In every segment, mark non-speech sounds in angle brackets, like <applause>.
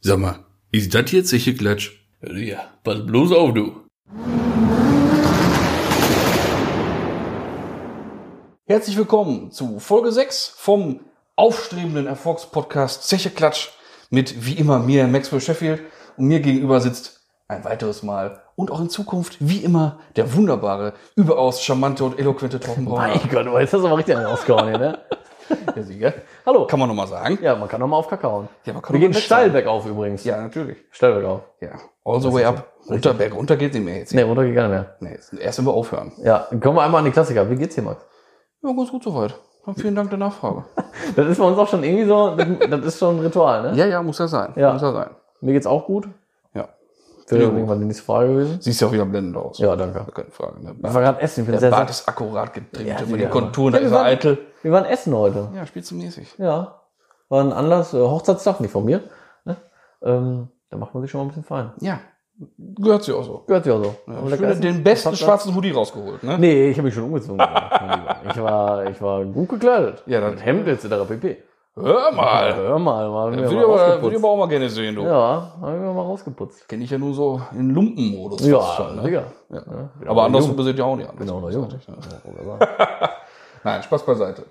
Sag mal, ist das jetzt sicher Klatsch? Ja, pass bloß auf, du. Herzlich willkommen zu Folge 6 vom aufstrebenden Erfolgspodcast Zeche Klatsch mit wie immer mir Maxwell Sheffield und mir gegenüber sitzt ein weiteres Mal und auch in Zukunft wie immer der wunderbare, überaus charmante und eloquente Torben Brauner. Mein Gott, jetzt hast du aber richtig einen rausgehauen <laughs> hier, ne? Der Sieger. Hallo. Kann man nochmal sagen? Ja, man kann nochmal auf Kakao hauen. Ja, man kann Wir auch gehen mal weg steil sein. bergauf übrigens. Ja, natürlich. Steil bergauf. Ja. All the way up. Runter, Berg, runter geht's nicht mehr jetzt. Nee, runter geht gar nicht mehr. Nee, jetzt erst wenn wir aufhören. Ja, kommen wir einmal an die Klassiker. Wie geht's dir, Max? Ja, ganz gut soweit. Und vielen Dank der Nachfrage. Das ist bei uns auch schon irgendwie so, das, das ist schon ein Ritual, ne? Ja, ja, muss ja sein. Ja. Muss ja sein. Mir geht's auch gut. Ja. Wäre Ja. irgendwann die nächste Frage gewesen. Siehst ja auch wieder blendend aus. Ja, danke. Keine Frage. Ne? Ich war gerade essen, ich bin Der sehr Bart satt. ist akkurat getrimmt. Ja, Immer die Digga. Konturen, Ja, da ist wir er waren- eitel. Wir waren essen heute. Ja, spielst du mäßig. Ja, war ein Anlass, äh, Hochzeitstag, nicht von mir. Ne? Ähm, da macht man sich schon mal ein bisschen fein. Ja. Gehört sie auch so. Gehört ja so. Ja, Aber schön lecker essen. den besten Was hat schwarzen Hoodie rausgeholt, ne? das? Nee, ich habe mich schon umgezogen. mein Lieber. ich, war, ich war gut gekleidet. Ja, dann- Mit Hemd etc. pp. Hör mal. Hör mal, mal Ja, wieder würde ich mal aber, würd ich rausgeputzt. aber auch mal gerne sehen, du. Ja, haben wir mal rausgeputzt. Kenn ich ja nur so in Lumpenmodus. fast Ja, schon, ne? Digger. Aber anders sind wir ja auch nicht anders. Genau, noch jung. Nein, Spaß beiseite.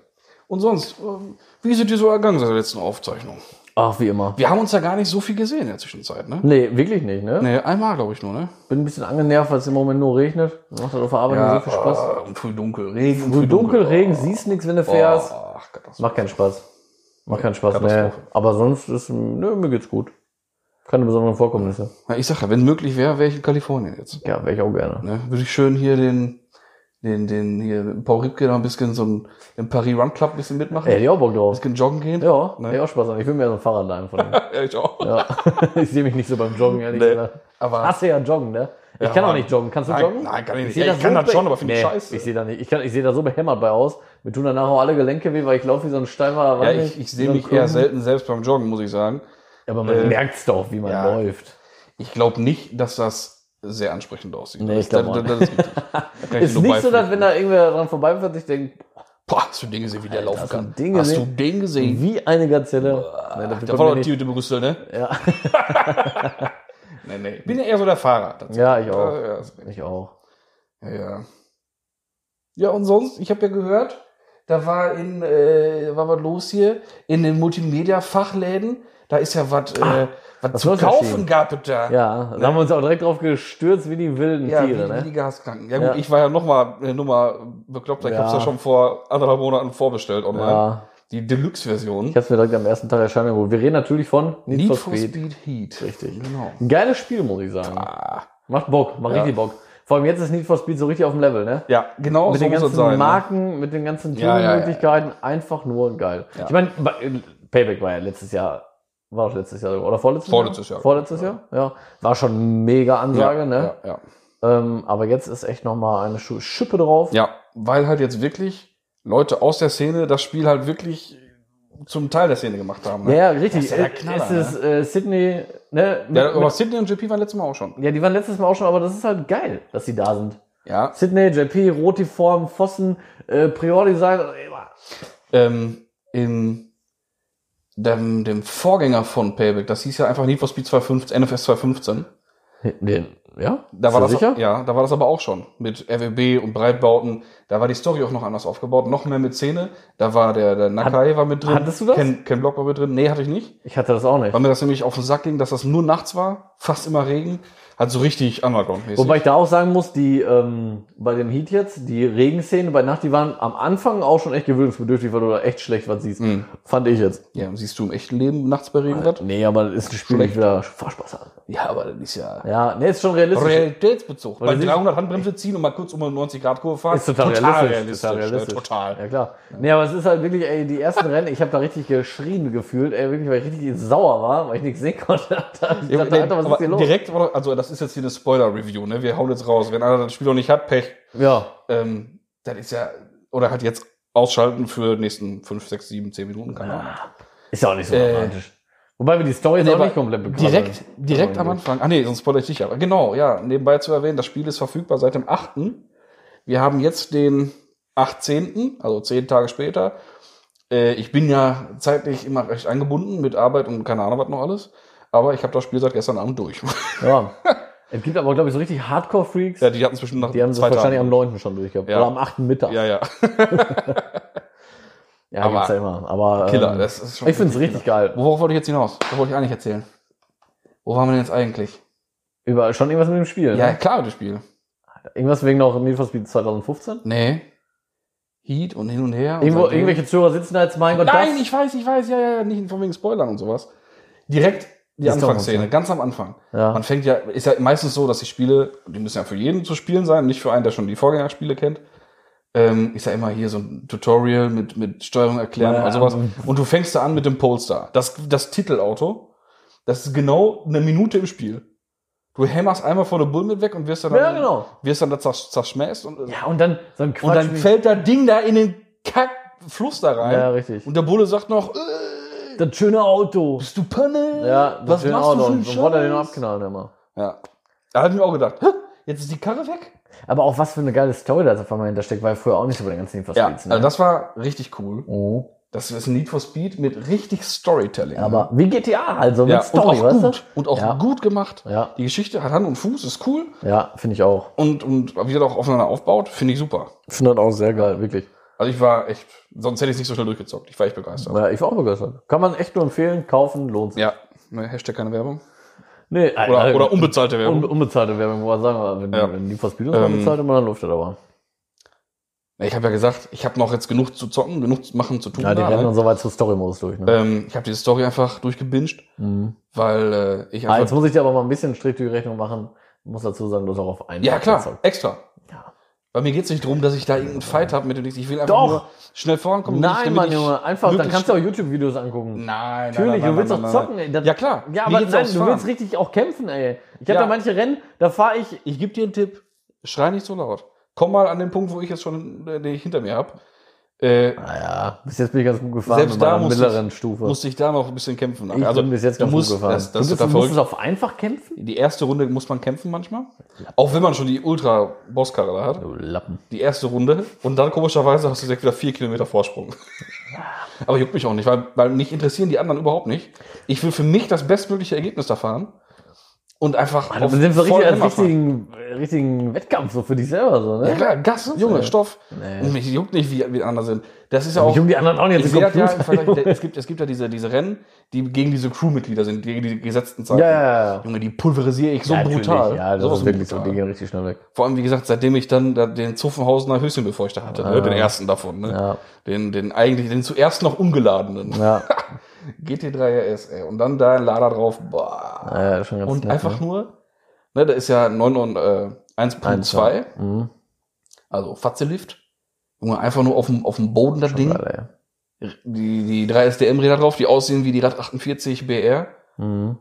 Und sonst, ähm, wie sind die so ergangen seit der letzten Aufzeichnung? Ach, wie immer. Wir haben uns ja gar nicht so viel gesehen in der Zwischenzeit, ne? Nee, wirklich nicht, ne? Nee, einmal, glaube ich, nur, ne? Bin ein bisschen angenervt, weil es im Moment nur regnet. Macht halt auf der Arbeit nicht so viel Spaß. ah, und früh dunkel, Regen, Früh dunkel, Regen, siehst nichts, wenn du fährst. Ach, Katastrophe. Macht keinen Spaß. Macht keinen Spaß, ne. Katastrophe. Aber sonst ist, nö, mir geht's gut. Keine besonderen Vorkommnisse. Na, Ich sag ja, wenn möglich wäre, wäre ich in Kalifornien jetzt. Ja, wäre ich auch gerne. Ne? Würde ich schön hier den, den, den, hier mit Paul Ripke da ein bisschen so ein, im Paris Run Club ein bisschen mitmachen. Hätte ich auch Bock Ein drauf. bisschen joggen gehen. Ja, Ne? hätte ich auch Spaß an. Ich will mir so ein Fahrrad leihen <laughs> von ihm. Ja, ich auch. Ja. <laughs> ich sehe mich nicht so beim Joggen, ehrlich Nee. gesagt. Aber- Hasse ja Joggen, ne? Ich kann auch Mann. nicht joggen. Kannst du Nein, joggen? nein, kann ich nicht. seh Ja, ich kann so das schon, be- aber finde ich scheiße. Ich sehe da, nicht- ich kann- ich seh da so behämmert bei aus. Mir tun danach auch alle Gelenke weh, weil ich laufe wie so ein steifer Ja, weiß ich, ich sehe so ein mich eher Krümmen. selten selbst beim Joggen, muss ich sagen. Aber man Äh, merkt's doch, wie man ja. läuft. Ich glaube nicht, dass das sehr ansprechend aussieht. Nee, ich Das- glaub auch das, das ist richtig. <laughs> Da kann ich Ist nur nicht so, dass beipflichten. wenn da irgendwer dran vorbeifährt, ich denke, Boah, hast du den gesehen, wie der laufen hast du kann? den hast du gesehen? den gesehen? wie eine Gazelle. Der Nein, dafür kommt war mir doch nicht- Tio de Brüssel, ne? Ja. <laughs> Nee, nee. Ich bin ja eher so der Fahrer. tatsächlich. ja, ich auch. Ja, ja, ist richtig. Ich auch. Ja. Ja, und sonst, ich habe ja gehört, da war in, äh, war was los hier, in den Multimedia-Fachläden, da ist ja was Ah, äh, was was zu los kaufen erschienen. gab es da. Ja, da haben wir uns auch direkt drauf gestürzt wie die wilden Ne? Ja, Tiere, wie, wie die ne? Gaskranken. Ja gut, Ja. ich war ja nochmal äh, Nummer bekloppt, ich Ja. hab's ja schon vor anderthalb Monaten vorbestellt online. Ja. Die Deluxe-Version. Ich hab's mir direkt am ersten Tag erscheinen geholt. Wir reden natürlich von Need, for Speed. Heat. Richtig. Genau. Ah. Ein geiles Spiel, muss ich sagen. Macht Bock, macht Ja. richtig Bock. Vor allem jetzt ist Need for Speed so richtig auf dem Level, ne? Ja, genau mit so den muss ganzen es sein. ne? Marken, mit den ganzen Ja, ja, ja, Tuning-Möglichkeiten, einfach nur geil. Ja. Ich meine, bei- äh, Payback war ja letztes Jahr, war doch letztes Jahr sogar, oder vorletztes Vorletztes Jahr. Vorletztes Jahr, ja. War schon mega Ansage, ja, ne? Ja, ja. Ähm, aber jetzt ist echt nochmal eine Schu- Schippe drauf. ja, weil halt jetzt wirklich Leute aus der Szene das Spiel halt wirklich zum Teil der Szene gemacht haben. Ja, Ne? ja, richtig. Das ist ja der Äh, Knaller, es ist äh, Sydney, ne? Mit, Ja, ja, aber Sydney und JP waren letztes Mal auch schon. ja, die waren letztes Mal auch schon, aber das ist halt geil, dass die da sind. Ja. Sydney, JP, Rotiform, Fossen, äh, Prior-Design. äh, Ähm, in dem, dem Vorgänger von Payback, das hieß ja einfach Need for Speed 215, NFS 215. Nee, Ja? Da Ist war er das, Ja, da war das aber auch schon mit RWB und Breitbauten. Da war die Story auch noch anders aufgebaut, noch mehr mit Szene. Da war der, der Nakai war mit drin. hattest du das? Ken, Ken Block war mit drin. Nee, hatte ich nicht. Ich hatte das auch nicht. Weil mir das nämlich auf den Sack ging, dass das nur nachts war, fast immer Regen. Hat so richtig Underground-mäßig. Wobei ich da auch sagen muss, die ähm, bei dem Heat jetzt, die Regenszene bei Nacht, die waren am Anfang auch schon echt gewöhnungsbedürftig, weil du da echt schlecht was siehst. Mhm. Fand ich jetzt. ja, und siehst du im echten Leben nachts bei Regen was? Nee, aber das ist ein Spiel, Schlecht. ich wieder Spaß an. Ja, aber das ist ja Ja, nee, ist schon realistisch. realitätsbezogen. Weil Bei du siehst- 300 Handbremse ziehen und mal kurz um eine 90-Grad-Kurve fahren. Ist total, realistisch. Total Total realistisch. realistisch. ne, Total. Ja, klar. Nee, aber es ist halt wirklich, ey, die ersten Rennen, ich habe da richtig geschrien gefühlt, ey, wirklich, weil ich richtig sauer war, weil ich nichts sehen konnte. <laughs> Ich dachte, Ja, nee, Alter, was aber ist hier los? direkt, war doch- also das ist jetzt hier eine Spoiler-Review, ne? Wir hauen jetzt raus. Wenn einer das Spiel noch nicht hat, Pech. Ja, Ähm, das ist ja, oder halt jetzt ausschalten für nächsten 5, 6, 7, 10 Minuten, keine Ahnung. Ah, ist ja auch nicht so Genau. Äh, dramatisch. Wobei wir die Story jetzt Nee, auch aber nicht komplett bekommen. Direkt, direkt am Anfang. Ah nee, sonst spoilere ich dich aber. Genau, ja. Nebenbei zu erwähnen, das Spiel ist verfügbar seit dem 8. Wir haben jetzt den 18., also 10 Tage später. Äh, Ich bin ja zeitlich immer recht eingebunden mit Arbeit und keine Ahnung was noch alles. Aber ich habe das Spiel seit gestern Abend durch. <laughs> Ja. es gibt aber, glaube ich, so richtig Hardcore-Freaks. ja, die hatten es bestimmt nach die haben sich zwei wahrscheinlich am Tagen. 9. schon durchgehabt. Ja. Oder am 8. Mittag. Ja, ja. Ja, Aber- gibt's ja immer. Aber, Killer. ähm, Das ist schon ich finde es richtig geil. Worauf wollte ich jetzt hinaus? Was wollte ich eigentlich erzählen? Wo waren wir denn jetzt eigentlich? Über, schon irgendwas mit dem Spiel. Ja, Ne? klar, das Spiel. Irgendwas wegen noch Need for Speed 2015? Nee. Heat und hin und her. und Irgendwo, seitdem- irgendwelche Zuhörer sitzen da jetzt, mein Gott, Nein, das. ich weiß, ich weiß, ja, ja, ja, nicht von wegen Spoilern und sowas. Direkt die Ist doch Anfangsszene, was, ganz am Anfang. Ja. Man fängt ja, ist ja meistens so, dass die Spiele, die müssen ja für jeden zu spielen sein, nicht für einen, der schon die Vorgängerspiele kennt. Ähm, ist ja immer hier so ein Tutorial mit, mit Steuerung erklären Ja, und sowas. ähm. Und du fängst da an mit dem Polestar. Das, das Titelauto, das ist genau eine Minute im Spiel. Du hämmerst einmal vor der Bull mit weg und wirst dann, Ja, genau. wirst dann da zersch zerschmäßt und, äh, Ja, und dann so ein Quatsch. und dann wie- fällt das Ding da in den Kackfluss da rein. ja, richtig. Und der Bulle sagt noch, äh, Das schöne Auto. bist du Panne? Ja, das was schöne machst Auto. du für einen Und wollte er den Scheiß? abknallen immer. Ja. Da hab ich mir auch gedacht, hä, jetzt ist die Karre weg? Aber auch was für eine geile Story da jetzt auf einmal hintersteckt, war ja früher auch nicht so bei den ganzen Need for Ja, Speeds. ne? also Mhm. das war richtig cool. oh. Das ist ein Need for Speed mit richtig Storytelling. Aber wie GTA, also ja, mit Story, und auch weißt gut. Und auch Ja. gut gemacht. du? Ja, Die Geschichte hat Hand und Fuß, ist cool. ja finde ich auch. Und, und wie er auch aufeinander aufbaut, finde ich super. Finde das auch sehr geil, wirklich. Also ich war echt, sonst hätte ich es nicht so schnell durchgezockt. Ich war echt begeistert. Ja, ich war auch begeistert. Kann man echt nur empfehlen, kaufen, lohnt sich. Ja, ne, Hashtag keine Werbung. Nee, Oder, äh, oder unbezahlte Werbung. un unbezahlte Werbung, wo wir sagen, aber wenn, Ja. wenn Need for Speed ist, Ähm, dann bezahlt immer, dann läuft das aber. ich habe ja gesagt, ich habe noch jetzt genug zu zocken, genug zu machen, zu tun. Ja, die da, rennen ne? dann soweit zu Story-Modus durch. Ne? Ähm, ich habe diese Story einfach durchgebinged, Mhm. weil äh, ich Ah, jetzt einfach. muss ich dir aber mal ein bisschen einen Strich durch die Rechnung machen. Muss dazu sagen, du hast auch auf einen. Ja, Tag klar, gezockt. extra. Ja. Weil mir geht's nicht drum, dass ich da irgendeinen Fight habe mit dem nichts. Ich will einfach Doch. nur schnell vorankommen. nicht, Nein, damit Mann, ich Junge, einfach, dann möglichst- kannst du auch YouTube-Videos angucken. Nein, nein, Natürlich, nein, nein, du willst nein, doch nein, nein. zocken, ey. Das- Ja, klar. Ja, Mir aber geht's nein, aufs du Fahren. willst richtig auch kämpfen, ey. Ich habe Ja. da manche Rennen, da fahre ich Ich gebe dir einen Tipp. Schrei nicht so laut. Komm mal an den Punkt, wo ich jetzt schon äh, den ich hinter mir hab. Also, Äh, Naja, bis jetzt bin ich ganz gut gefahren Selbst da meiner musste mittleren ich- Stufe. musste ich da noch ein bisschen kämpfen. Also, ich bin bis jetzt du ganz musst, gut gefahren. Das, das also du ist musst, du total musstest verrückt. auf einfach kämpfen? Die erste Runde muss man kämpfen manchmal. Auch wenn man schon die Ultra-Bosskarre da hat. Du Lappen. die erste Runde und dann komischerweise hast du direkt wieder vier Kilometer Vorsprung. Aber juckt mich auch nicht, weil, weil mich interessieren die anderen überhaupt nicht. Ich will für mich das bestmögliche Ergebnis da fahren und einfach. Alter, auf wir sind so voll richtig als Hämmer fahren. richtigen, äh, richtigen Wettkampf so für dich selber so, Ja ne? klar, Gas, Junge, Ja. Stoff. Nee. Und mich juckt nicht, wie, wie die anderen sind. Das ist ja auch. Junge, die anderen auch nicht Ich jetzt sehe den das ja, <laughs> im Computer. Vergleich, es, gibt, es gibt ja diese, diese Rennen, die gegen diese Crewmitglieder sind, gegen die gesetzten Zeiten. Ja, ja, ja. Junge, die pulverisiere ich so Ja, natürlich. brutal. Ja, das Sowas ist wirklich brutal. so, die gehen richtig schnell weg. Vor allem, wie gesagt, seitdem ich dann da den Zuffenhausener Höschenbefeuchter hatte, ne? den ersten davon, ne? Ah. Ja. den, den eigentlich, den zuerst noch ungeladenen. Ja, GT3 RS, ey. Und dann da ein Lader drauf, boah. ja, das ist schon ganz Und nett, einfach nur, ne, da ist ja 9 und äh, 1.2, Ne? Mhm. also Fatzelift. Junge, einfach nur auf dem, auf dem Boden das Schon Ding. geil, Die, die drei SDM-Räder drauf, die aussehen wie die Rad 48 BR. ey. Mhm.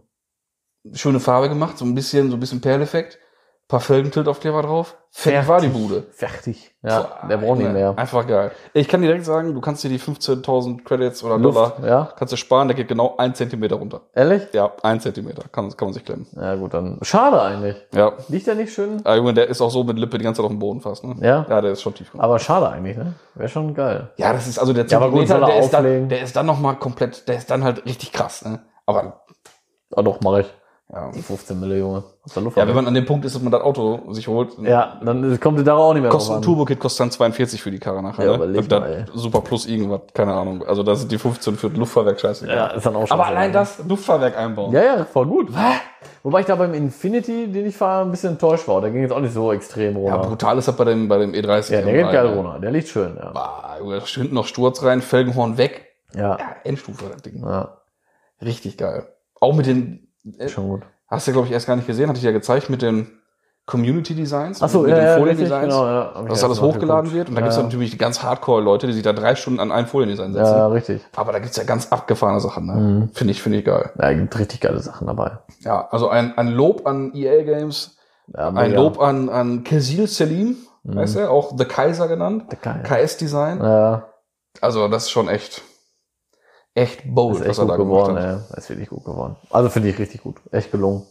Schöne Farbe gemacht, so ein bisschen, so ein bisschen Perleffekt. Paar Felgentilt-Aufkleber drauf. Fertig war die Bude. Fertig. Ja, Boah, der braucht nicht Junge, mehr. Einfach geil. Ich kann direkt sagen, du kannst dir die 15.000 Credits oder Luft, Dollar ja? kannst du sparen, der geht genau ein Zentimeter runter. Ehrlich? Ja, ein Zentimeter. Kann, kann man sich klemmen. Ja, gut, dann. Schade eigentlich. Ja. Liegt der nicht schön? Ah, Junge, der ist auch so mit Lippe die ganze Zeit auf dem Boden fast, ne? Ja? Ja, der ist schon tief. Aber schade eigentlich, ne? Wäre schon geil. Ja, das ist also der Ja, aber gut, soll er der, ist dann, auflegen? der ist dann nochmal komplett, der ist dann halt richtig krass, ne? Aber, Ah, doch, mache ich. ja. 15 Millionen, Junge. Aus der Luft. Ja, wenn man an dem Punkt ist, dass man das Auto sich holt, ne? Ja, dann kommt die darauf auch nicht mehr kostet ein drauf an. Turbo-Kit kostet dann 42 für die Karre nachher, Ja, ne? überleg Und dann mal, ey. Super Plus irgendwas, keine Ahnung. Also da sind die 15 für das Luftfahrwerk scheiße. Ja, ist dann auch schon Aber so, allein ne? das Luftfahrwerk einbauen. Ja, ja, voll gut. Wobei ich da beim Infinity, den ich fahre, ein bisschen enttäuscht war. Der ging jetzt auch nicht so extrem Ja, runter. brutal ist das bei dem, bei dem E30. Ja, der geht M3, geil ne? runter. Der liegt schön, ja. Bah, Junge, hinten noch Sturz rein, Felgenhorn weg. Ja, Ja, Endstufe, das Ding. ja Richtig geil. Auch mit den, äh, schon gut. hast du glaube ich erst gar nicht gesehen, hatte ich ja gezeigt, mit den Community Designs. Achso, mit ja, den ja, richtig, Foliendesigns. genau, ja. Hab ich Dass erst alles mal hochgeladen geguckt. wird. Und da ja, gibt's ja. natürlich die ganz Hardcore-Leute, die sich da drei Stunden an einem Foliendesign setzen. Ja, ja, richtig. Aber da gibt's ja ganz abgefahrene Sachen. Ne? Mhm. Finde ich, finde ich geil. Ja, gibt richtig geile Sachen dabei. Ja, also ein, ein Lob an EA Games, Ja, ein mega. Lob an, an Kesil Selim, Mhm. heißt er, auch The Kaiser genannt. Der Geil. KS Design. Ja, Also das ist schon echt, echt bold, ist echt gut geworden, Oh, hat. ey. Ist wirklich gut geworden. Also finde ich richtig gut. Echt gelungen.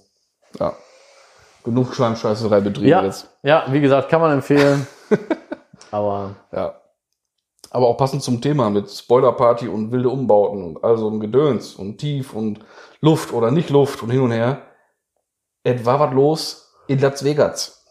Ja. Genug Schleimscheißerei betrieben Ja, jetzt. <laughs> ja, wie gesagt, kann man empfehlen. Aber Ja. Aber auch passend zum Thema mit Spoilerparty und wilde Umbauten und also um Gedöns und Tief und Luft oder nicht Luft und hin und her. Es war was los in Las Vegas.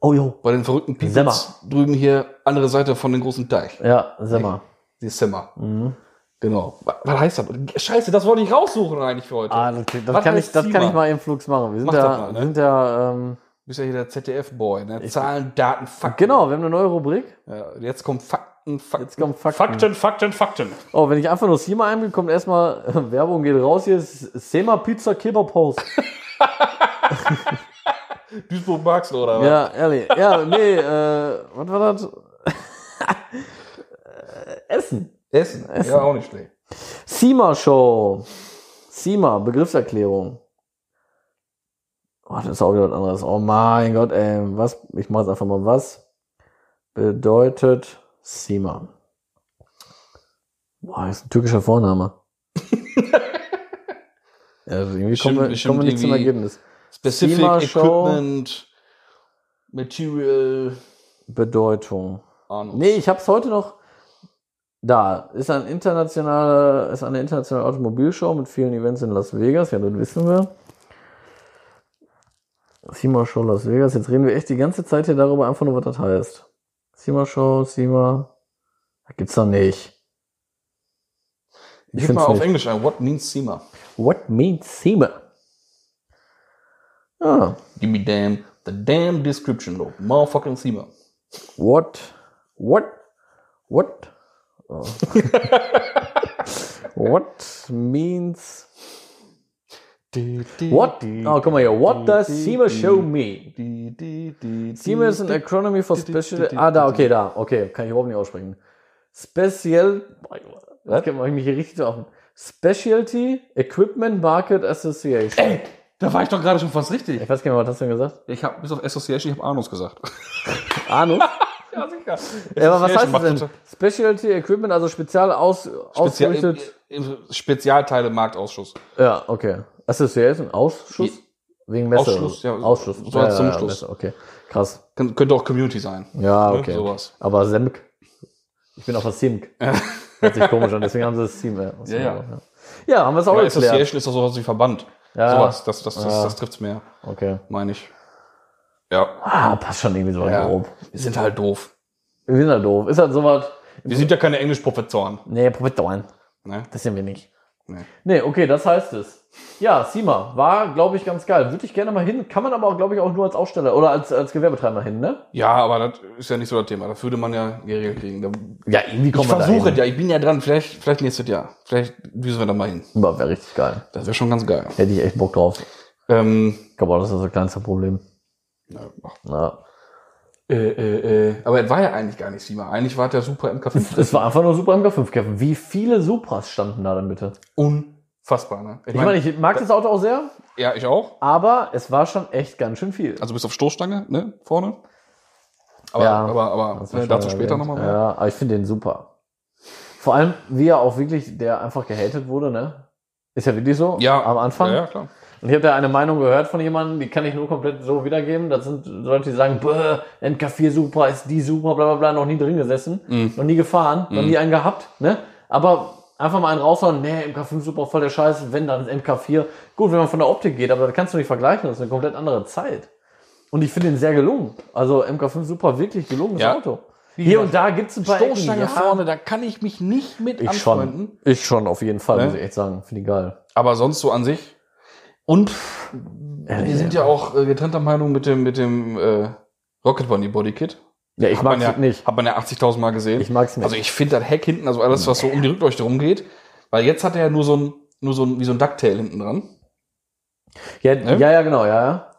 Oh jo. Bei den verrückten Semmer. Peoples drüben hier, andere Seite von dem großen Teich. Ja, sag mal. Die Semmer. Mhm. Genau. Wa- Was heißt das? Scheiße, das wollte ich raussuchen eigentlich für heute. Ah, das, das, Was kann ich, heißt das kann Zima? ich mal im Flugs machen. Wir sind Mach ja, das mal, ne? wir sind ja ähm, Du bist ja hier der ZDF-Boy, ne? Ich- Zahlen, Daten, Fakten. genau, wir haben eine neue Rubrik. Ja, jetzt kommen Fakten, Fakten. Jetzt kommen Fakten. Fakten, Fakten, Fakten. Oh, wenn ich einfach nur Sima eingehe, kommt erstmal <laughs> äh, Werbung geht raus hier. Sema Pizza Kebab House. Duisburg magst du, oder was? ja, ehrlich. Ja, nee, äh, was war das? <laughs> Äh, Essen. Essen. Ja, auch nicht schlecht. Sima Show. Sima, Begriffserklärung. Oh, das ist auch wieder was anderes. Oh mein Gott, ey. Was? Ich mach's einfach mal. Was bedeutet Sima? Boah, das ist ein türkischer Vorname. ja, also irgendwie Bestimmt- kommen wir, bestimmt kommen wir nicht zum irgendwie- Ergebnis. Specific Thema Show. Equipment, Material, Bedeutung. Ahnung. Nee, ich hab's heute noch. Da ist ein internationaler, ist eine internationale Automobilshow mit vielen Events in Las Vegas. Ja, das wissen wir. SEMA Show Las Vegas. Jetzt reden wir echt die ganze Zeit hier darüber, einfach nur, was das heißt. SEMA Show, SEMA. Das gibt's doch nicht. Ich Gib mal find's auf nicht. Englisch ein. What means SEMA? What means SEMA? Ah, Give me damn, the damn description, though. Motherfucking SEMA. what, what, what? Oh. <laughs> what means What? Oh, guck mal hier. What does SEMA show mean? SEMA is an acronym for special. Ah, da, okay, da. Okay, kann ich überhaupt nicht aussprechen. Special. Das kann ich mich hier richtig auf. Specialty Equipment Market Association. Ey, da war ich doch gerade schon fast richtig. Ich weiß gar nicht, was hast du denn gesagt? Ich habe bis auf Association, ich habe Anus gesagt. <laughs> Ahnung. <laughs> ja, sicher. ja, aber was heißt das denn? Specialty Equipment, also spezial aus, Spezial, ausgerichtet. im, im Spezialteile Marktausschuss. Ja, okay. Association, Ausschuss? Wegen Messe. Ausschluss, ja. Ausschuss. So als zum Schluss. Messe, okay. Krass. Kann, könnte auch Community sein. Ja, Ne, okay. sowas. Aber Semk. Ich bin auf der Simk. Hört sich komisch an, deswegen haben sie das Team. äh, aus Ja, dem ja. Grund, ja. ja, haben wir es auch Aber erklärt. Association ist doch sowas wie Verband. Ja. Sowas, das, das, das, Ja. das trifft's mehr, Okay. meine ich. Ja. Ah, passt schon irgendwie so ja. grob. Wir sind halt doof. Wir sind ja doof. Ist halt sowas. Wir sind ja keine Englischprofessoren. Nee, probiert doch ein. Ne? Das sind wir nicht. Nee. Nee, okay, das heißt es. Ja, Sima war, glaube ich, ganz geil. Würde ich gerne mal hin. Kann man aber, auch, glaube ich, auch nur als Aussteller oder als, als Gewerbetreiber hin, ne? Ja, aber das ist ja nicht so das Thema. Das würde man ja geregelt kriegen. Da, Ja, irgendwie ich kommt man versuche da ja, ich bin ja dran. Vielleicht, vielleicht nächstes Jahr. Vielleicht düsen wir da mal hin. hin. Aber wäre richtig geil. Das wäre schon ganz geil. Hätte ich echt Bock drauf. Ähm, Ich glaube, auch, das ist das kleinste Problem. na, ach, Ja. äh, äh, äh. Aber es war ja eigentlich gar nicht Sima. Eigentlich war der super <laughs> MK5. Es war einfach nur Super MK5 Kevin. Wie viele Supras standen da denn bitte? Unfassbar, ne? Ich meine, ich mag das Auto auch sehr, ja, ich auch. aber es war schon echt ganz schön viel. Also bis auf Stoßstange, ne? Vorne. Aber, Ja. aber, aber, Hast du ne, schon dazu später erwähnt. nochmal mehr. Ja, aber ich finde den super. Vor allem, wie er auch wirklich, der einfach gehatet wurde, ne? Ist ja wirklich so am Anfang. Ja, ja, klar. Und ich habe da eine Meinung gehört von jemandem, die kann ich nur komplett so wiedergeben. Das sind Leute, die sagen, Bäh, NK4 Super ist die Super, bla bla bla, noch nie drin gesessen, Mhm. noch nie gefahren, noch Mhm. nie einen gehabt. Ne? Aber einfach mal einen raushauen, nee, MK5 Super, voll der Scheiß, wenn dann MK4. Gut, wenn man von der Optik geht, aber das kannst du nicht vergleichen, das ist eine komplett andere Zeit. Und ich finde ihn sehr gelungen. Also MK5 Super, wirklich gelungenes Ja. Auto. Wie Hier gesagt, und da gibt's ein paar Ecken, Stoßstange ja. vorne, da kann ich mich nicht mit Ich schon, ich schon, auf jeden Fall, Ne? muss ich echt sagen. Finde ich geil. Aber sonst so an sich. Und wir sind ja auch äh, getrennter Meinung mit dem, mit dem äh, Rocket Bunny Body Kit. Ja, ich Hat mag man es ja, nicht. Hat man ja 80.000 Mal gesehen. Ich mag's nicht. Also ich finde das Heck hinten, also alles, was so um die Rückleuchte rumgeht, weil jetzt hat er ja nur so ein, nur so ein, wie so ein Ducktail hinten dran. ja, ne? ja, ja, genau, ja, ja.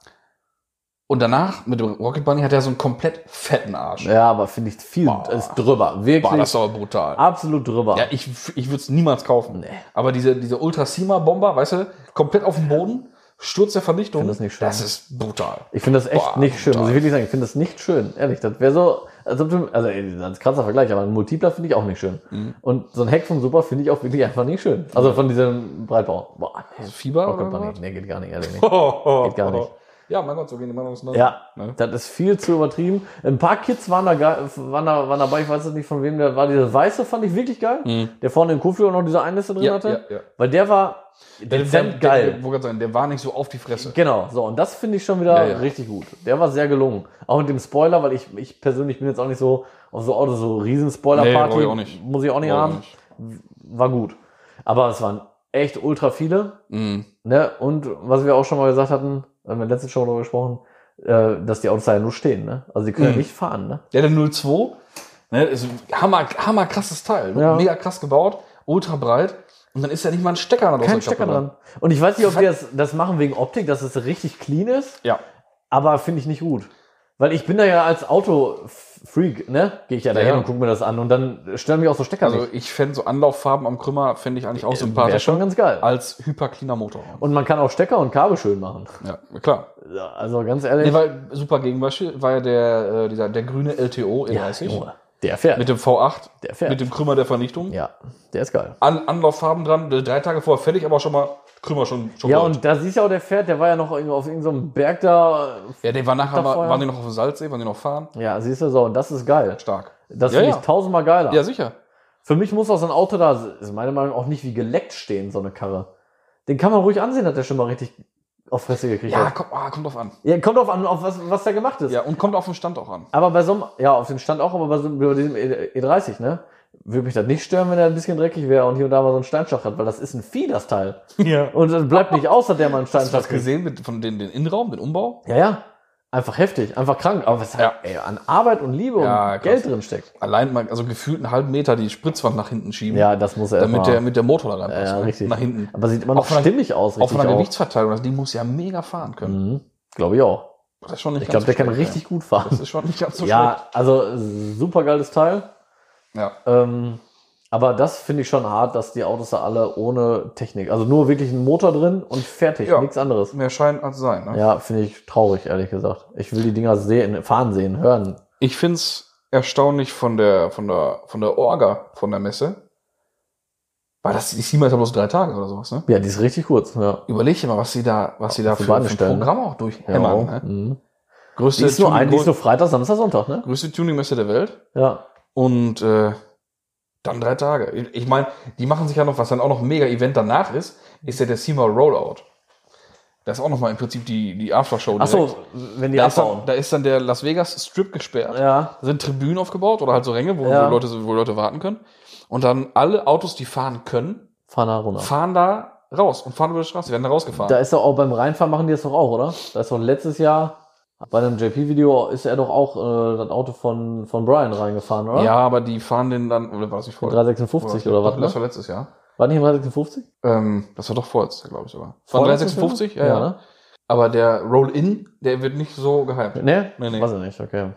Und danach mit dem Rocket Bunny hat er so einen komplett fetten Arsch. Ja, aber finde ich viel Boah. ist drüber. Wirklich Boah, das ist aber brutal. absolut drüber. Ja, ich, ich würde es niemals kaufen. Nee. Aber diese, diese Ultra-Sima-Bomber, weißt du, komplett auf dem Boden, Sturz der Vernichtung, Find das nicht schön. ist brutal. ich finde das echt Boah, nicht schön. brutal. Muss ich wirklich sagen, ich finde das nicht schön. Ehrlich, das wäre so, als ob du, also ey, das ist ein krasser Vergleich, aber ein Multipler finde ich auch nicht schön. Mhm. Und so ein Heck vom Super finde ich auch wirklich einfach nicht schön. Also von diesem Breitbau. Boah, nee, Fieber oh, kommt oder man was? <laughs> nicht. Nee, geht gar nicht, ehrlich nicht. Oh, oh, Geht gar nicht. Ja, mein Gott, so gehen die Meinungen auseinander. Ja, Ne? das ist viel zu übertrieben. Ein paar Kids waren da, ge- waren da, waren dabei, ich weiß jetzt nicht von wem der war. Dieser Weiße fand ich wirklich geil. Der vorne im Kuhflügel noch diese Einlässe drin Mhm. Ja, hatte. ja, ja. Weil der war dezent geil. Der, der, wo grad sein, der war nicht so auf die Fresse. Genau, so, und das finde ich schon wieder Ja, ja. richtig gut. Der war sehr gelungen. Auch mit dem Spoiler, weil ich, ich persönlich bin jetzt auch nicht so auf so Autos, so Riesen-Spoiler-Party. Nee, brauch ich auch nicht. Muss ich auch nicht Brauch ich haben. War gut. Aber es waren echt ultra viele. Mhm. Ne? Und was wir auch schon mal gesagt hatten, haben wir in der letzten Show darüber gesprochen, äh, dass die Autos da ja nur stehen. Ne? Also die können ja Mhm. nicht fahren. Ne? Ja, der 02, ne, ist ein hammer, hammer krasses Teil. ne? Ja. Mega krass gebaut, ultra breit. Und dann ist ja nicht mal ein Stecker da Kein Stecker dran. Und ich weiß nicht, ob die das, das machen wegen Optik, dass es richtig clean ist. Ja. aber finde ich nicht gut. Weil ich bin da ja als Auto-Freak, ne? Gehe ich ja da hin Ja. und gucke mir das an und dann stören mich auch so Stecker Also nicht. ich fände so Anlauffarben am Krümmer, fände ich eigentlich auch Wäre sympathisch. Äh, schon ganz geil. Als hypercleaner Motor. Und man kann auch Stecker und Kabel schön machen. Ja, klar. Ja, Also ganz Nee, ehrlich. weil super Gegenbeispiel war ja der, äh, dieser, der grüne LTO E30 der fährt. E mit dem V8, Der fährt. mit dem Krümmer der Vernichtung. ja, der ist geil. An, Anlauffarben dran, drei Tage vorher fertig, aber schon mal Krümmer schon, schon Ja, gold. und da siehst du ja auch, der fährt, der war ja noch irgendwo auf irgendeinem Berg da. ja, der war nachher, Dachfeuer. waren die noch auf dem Salzsee, waren die noch fahren? Ja, siehst du so, und das ist geil. Stark. Das Ja, finde ja. ich tausendmal geiler. Ja, sicher. Für mich muss auch so ein Auto da, ist meine Meinung auch nicht wie geleckt stehen, so eine Karre. Den kann man ruhig ansehen, dass der schon mal richtig auf Fresse gekriegt Ja, hat. komm, ah, kommt drauf an. Ja, kommt auf an, auf was, was da gemacht ist. Ja, und kommt auf den Stand auch <laughs> an. Aber bei so einem, ja, auf den Stand auch, aber bei so bei diesem E- E30, ne? Würde mich das nicht stören, wenn er ein bisschen dreckig wäre und hier und da mal so einen Steinschacht hat, weil das ist ein Vieh, das Teil. Ja. Und es bleibt nicht aus, dass der mal <laughs> einen Hast du Steinschacht das gesehen mit, von den, den Innenraum, den Umbau? kriegt. Ja, ja. Einfach heftig, einfach krank. Aber was Ja. halt, ey, an Arbeit und Liebe Ja, und krass. Geld drin steckt. Allein mal, also gefühlt einen halben Meter die Spritzwand nach hinten schieben, Ja, das muss er damit erst mal- der, mit der Motor da reinpasst. ja, ne? richtig. Nach hinten. Aber sieht immer noch Auch von der- stimmig aus, Auch von der auch. Gewichtsverteilung, das Ding muss ja mega fahren können. Mhm, Glaube ich auch. Das ist schon nicht Mhm. Ich glaube, der kann schlecht, richtig ja. gut fahren. Das ist schon nicht ganz so schlecht. Ja, also super geiles Teil. Ja. Ähm, aber das finde ich schon hart, dass die Autos da alle ohne Technik, also nur wirklich ein Motor drin und fertig, Ja. nichts anderes. Mehr Schein als Sein. Ne? Ja, finde ich traurig, ehrlich gesagt. Ich will die Dinger sehen, fahren sehen, hören. Ich find's erstaunlich von der, von der, von der Orga von der Messe. Weil das, die Sima ist ja bloß drei Tage oder sowas, ne? Ja, die ist richtig kurz. Ja. Überleg dir mal, was sie da, was sie da Auf die für, für Beine ein stellen, ne? Programm auch durchhämmern. ja. Ne? Mhm. Die Größte, ist nur ein, die ist Tuning, nur Freitag, Samstag, Sonntag, ne? größte Tuningmesse der Welt. Ja. Und äh, dann drei Tage. Ich- Ich meine, die machen sich ja noch, was dann auch noch ein Mega-Event danach ist, ist ja der SEMA Rollout. Das ist auch nochmal im Prinzip die, die Aftershow. direkt. Achso, wenn die da, ist abbauen. dann, da ist dann der Las Vegas Strip gesperrt. Ja, Da sind Tribünen aufgebaut oder halt so Ränge, wo, Ja. wo, Leute, wo Leute warten können. Und dann alle Autos, die fahren können, fahren da runter. fahren da raus und fahren über die Straße. Die werden da rausgefahren. Da ist doch auch beim Reinfahren machen die das doch auch, oder? Da ist doch letztes Jahr bei einem JP-Video ist er doch auch äh, das Auto von, von Brian reingefahren, oder? ja, aber die fahren den dann, oder war das nicht vor? Den 356 oder was? Das Ne? war letztes Jahr. War nicht ein 356? Ähm, das war doch vorletztes, Jahr, glaube ich sogar. Von Vorletztes 356? Ja, Jahr? ja. Ja, ne? Aber der Roll-In, der wird nicht so gehypt. Ne? Nee, nee. Weiß ich nicht, okay.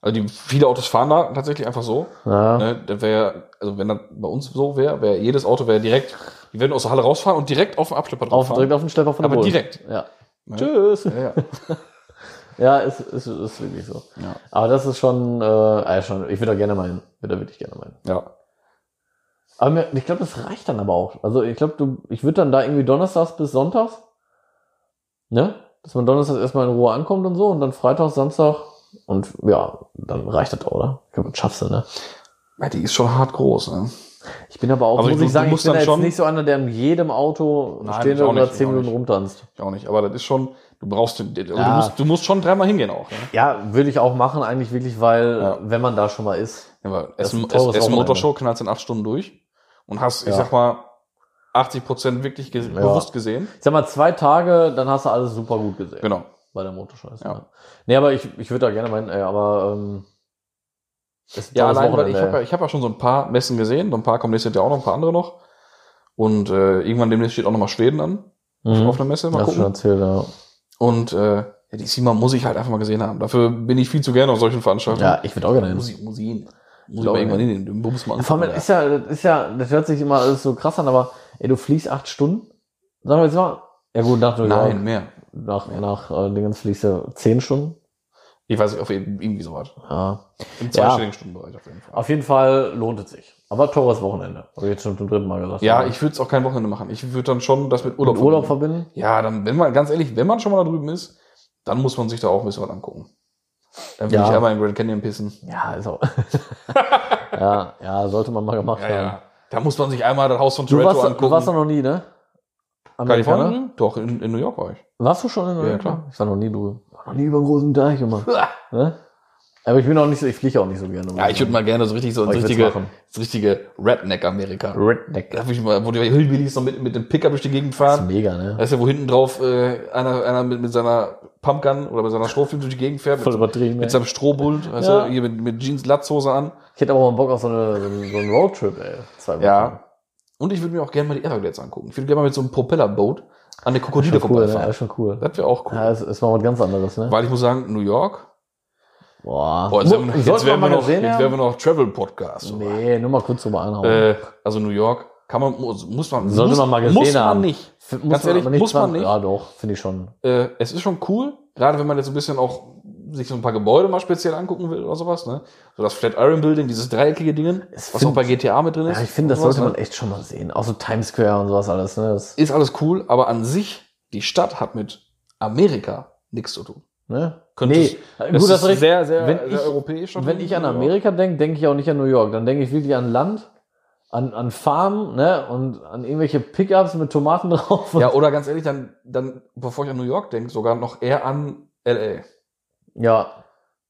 Also die, viele Autos fahren da tatsächlich einfach so. Ja. Ne? Das wäre, also wenn das bei uns so wäre, wäre jedes Auto wäre direkt, die werden aus der Halle rausfahren und direkt auf den Abschlepper Auf, drauffahren. direkt auf den Schlepper von der Aber Bullen. direkt. Ja. Ne? Tschüss. <laughs> Ja, ja. Ja, ist, ist, ist wirklich so. Ja. Aber das ist schon, äh, ah, ja, schon ich würde da gerne mal hin. Würde da wirklich gerne mal hin. ja. Aber mir, ich glaube, das reicht dann aber auch. Also ich glaube, du, ich würde dann da irgendwie donnerstags bis sonntags, ne? Dass man donnerstags erstmal in Ruhe ankommt und so und dann Freitag, Samstag und ja, dann reicht das auch, oder? Ich glaube, das schaffst du, ne? ja, die ist schon hart groß. Ne? Ich bin aber auch, Also muss du- ich sagen, du ich musst bin dann da jetzt schon- nicht so einer, der in jedem Auto Nein, stehen ich bleibt auch und da nicht, ich zehn auch Minuten nicht. rumtanzt. Ich auch nicht. Aber das ist schon, du brauchst den, also du, Ja. musst, du musst schon dreimal hingehen auch. Ne? Ja, würde ich auch machen eigentlich wirklich, weil Ja. wenn man da schon mal ist, Ja, aber Das ist Essen, ein teures Essen, Essen Wochenende. Motorshow knallst in acht Stunden durch und hast, ich Ja. sag mal, 80 Prozent wirklich ge bewusst gesehen. ich sag mal zwei Tage, dann hast du alles super gut gesehen. Genau. bei der Motorscheiße. Ja. Ja. Nee, aber ich, ich würde da gerne mal hin, ey, aber ähm, es ist Ja, tolles allein, weil ich Wochenende, habe ja, ey. ich hab ja schon so ein paar Messen gesehen, so ein paar kommen nächstes Jahr auch noch, ein paar andere noch. Und äh, irgendwann demnächst steht auch nochmal Schweden an, mhm. auf einer Messe, mal Hast du schon gucken. erzählt, ja. Und äh, ja, die SIMA muss ich halt einfach mal gesehen haben. Dafür bin ich viel zu gerne auf solchen Veranstaltungen. Ja, ich würde auch gerne hin. muss ich, muss ich hin. Muss ich Glaube mal irgendwann ich. hin, den Bums mal Vor allem, angucken. das ist ja, das ist ja, das hört sich immer alles so krass an, aber ey, du fliegst acht Stunden, sagen wir jetzt mal, ja gut, nach New York, Nein, mehr. nach, nach äh, Dingens fliegst du zehn Stunden. Ich weiß nicht, auf jeden- irgendwie so was. Ja. Im zweistelligen Stundenbereich auf jeden Fall. Auf jeden Fall lohnt es sich. Aber teures Wochenende. Habe ich jetzt schon zum dritten Mal gesagt. ja, ich würde es auch kein Wochenende machen. Ich würde dann schon das mit Urlaub Urlaub, Urlaub verbinden. Ja, dann, wenn man, ganz ehrlich, wenn man schon mal da drüben ist, dann muss man sich da auch ein bisschen was angucken. Dann will Ja. ich einmal im Grand Canyon pissen. Ja, <laughs> ist auch. ja, ja, sollte man mal gemacht haben. Da muss man sich einmal das Haus von Du Toretto warst, angucken. du warst da noch nie, ne? Amerikaner? Kalifornien? Doch, in, in New York war ich. Warst du schon in Amerika? klar. Ich war noch nie drüber. War noch nie über einen großen Deich immer. ne? Aber ich bin auch nicht so, ich fliege auch nicht so gerne. Ja, Oh, ich würde mal gerne so richtig so Aber ins ich will's richtige, machen. ins richtige Redneck-Amerika. Redneck. Da will ich mal, wo die Hillbillies noch mit, mit dem Pickup durch die Gegend Das ist fahren. mega, ne? Weißt du, wo hinten drauf äh, einer, einer mit, mit seiner Pumpgun oder mit seiner Strohflinte durch die Gegend fährt, Voll mit, übertrieben. mit Ey. seinem Strohbult, weißt Ja. du, hier mit, mit Jeans, Latzhose an. Ich hätte aber mal Bock auf so, eine, so einen so einen Roadtrip, ey. Zwei Wochen. Ja. Und ich würde mir auch gerne mal die Everglades angucken. Ich würde gerne mal mit so einem Propellerboot an der Krokodile Schon cool, ne? vorbeifahren. Ja, schon cool. Das wäre auch cool. Ja, ist, ist mal was ganz anderes, ne? Weil ich muss sagen, New York. Boah. Boah, also jetzt, haben wir- jetzt Sollten wir wären wir mal noch, gesehen jetzt haben? wären wir noch Travel-Podcast. Nee, nur mal kurz drüber anhauen. Äh, also New York kann man, muss, muss man, Sollte muss, man mal gesehen muss man haben. nicht. F- muss ganz ehrlich, aber nicht muss man zwanzig- nicht. Ja, doch, finde ich schon. Äh, es ist schon cool, gerade wenn man jetzt ein bisschen auch sich so ein paar Gebäude mal speziell angucken will oder sowas, ne? So das Flatiron Building, dieses dreieckige Ding, Es was find- auch bei GTA mit drin ist. Ja, ich finde, das und sowas, sollte man ne? echt schon mal sehen. Auch so Times Square und sowas alles, ne? Das, Ist alles cool, aber an sich, die Stadt hat mit Amerika nichts zu tun. ne? Könntest- nee, Das gut, das ist recht. sehr, sehr, Wenn sehr ich- europäisch. Wenn ich an Ja. Amerika denke, denke ich auch nicht an New York. Dann denke ich wirklich an Land, an, an Farm, ne? Und an irgendwelche Pickups mit Tomaten <laughs> drauf. Ja, oder ganz ehrlich, dann, dann, bevor ich an New York denke, sogar noch eher an L.A., ja.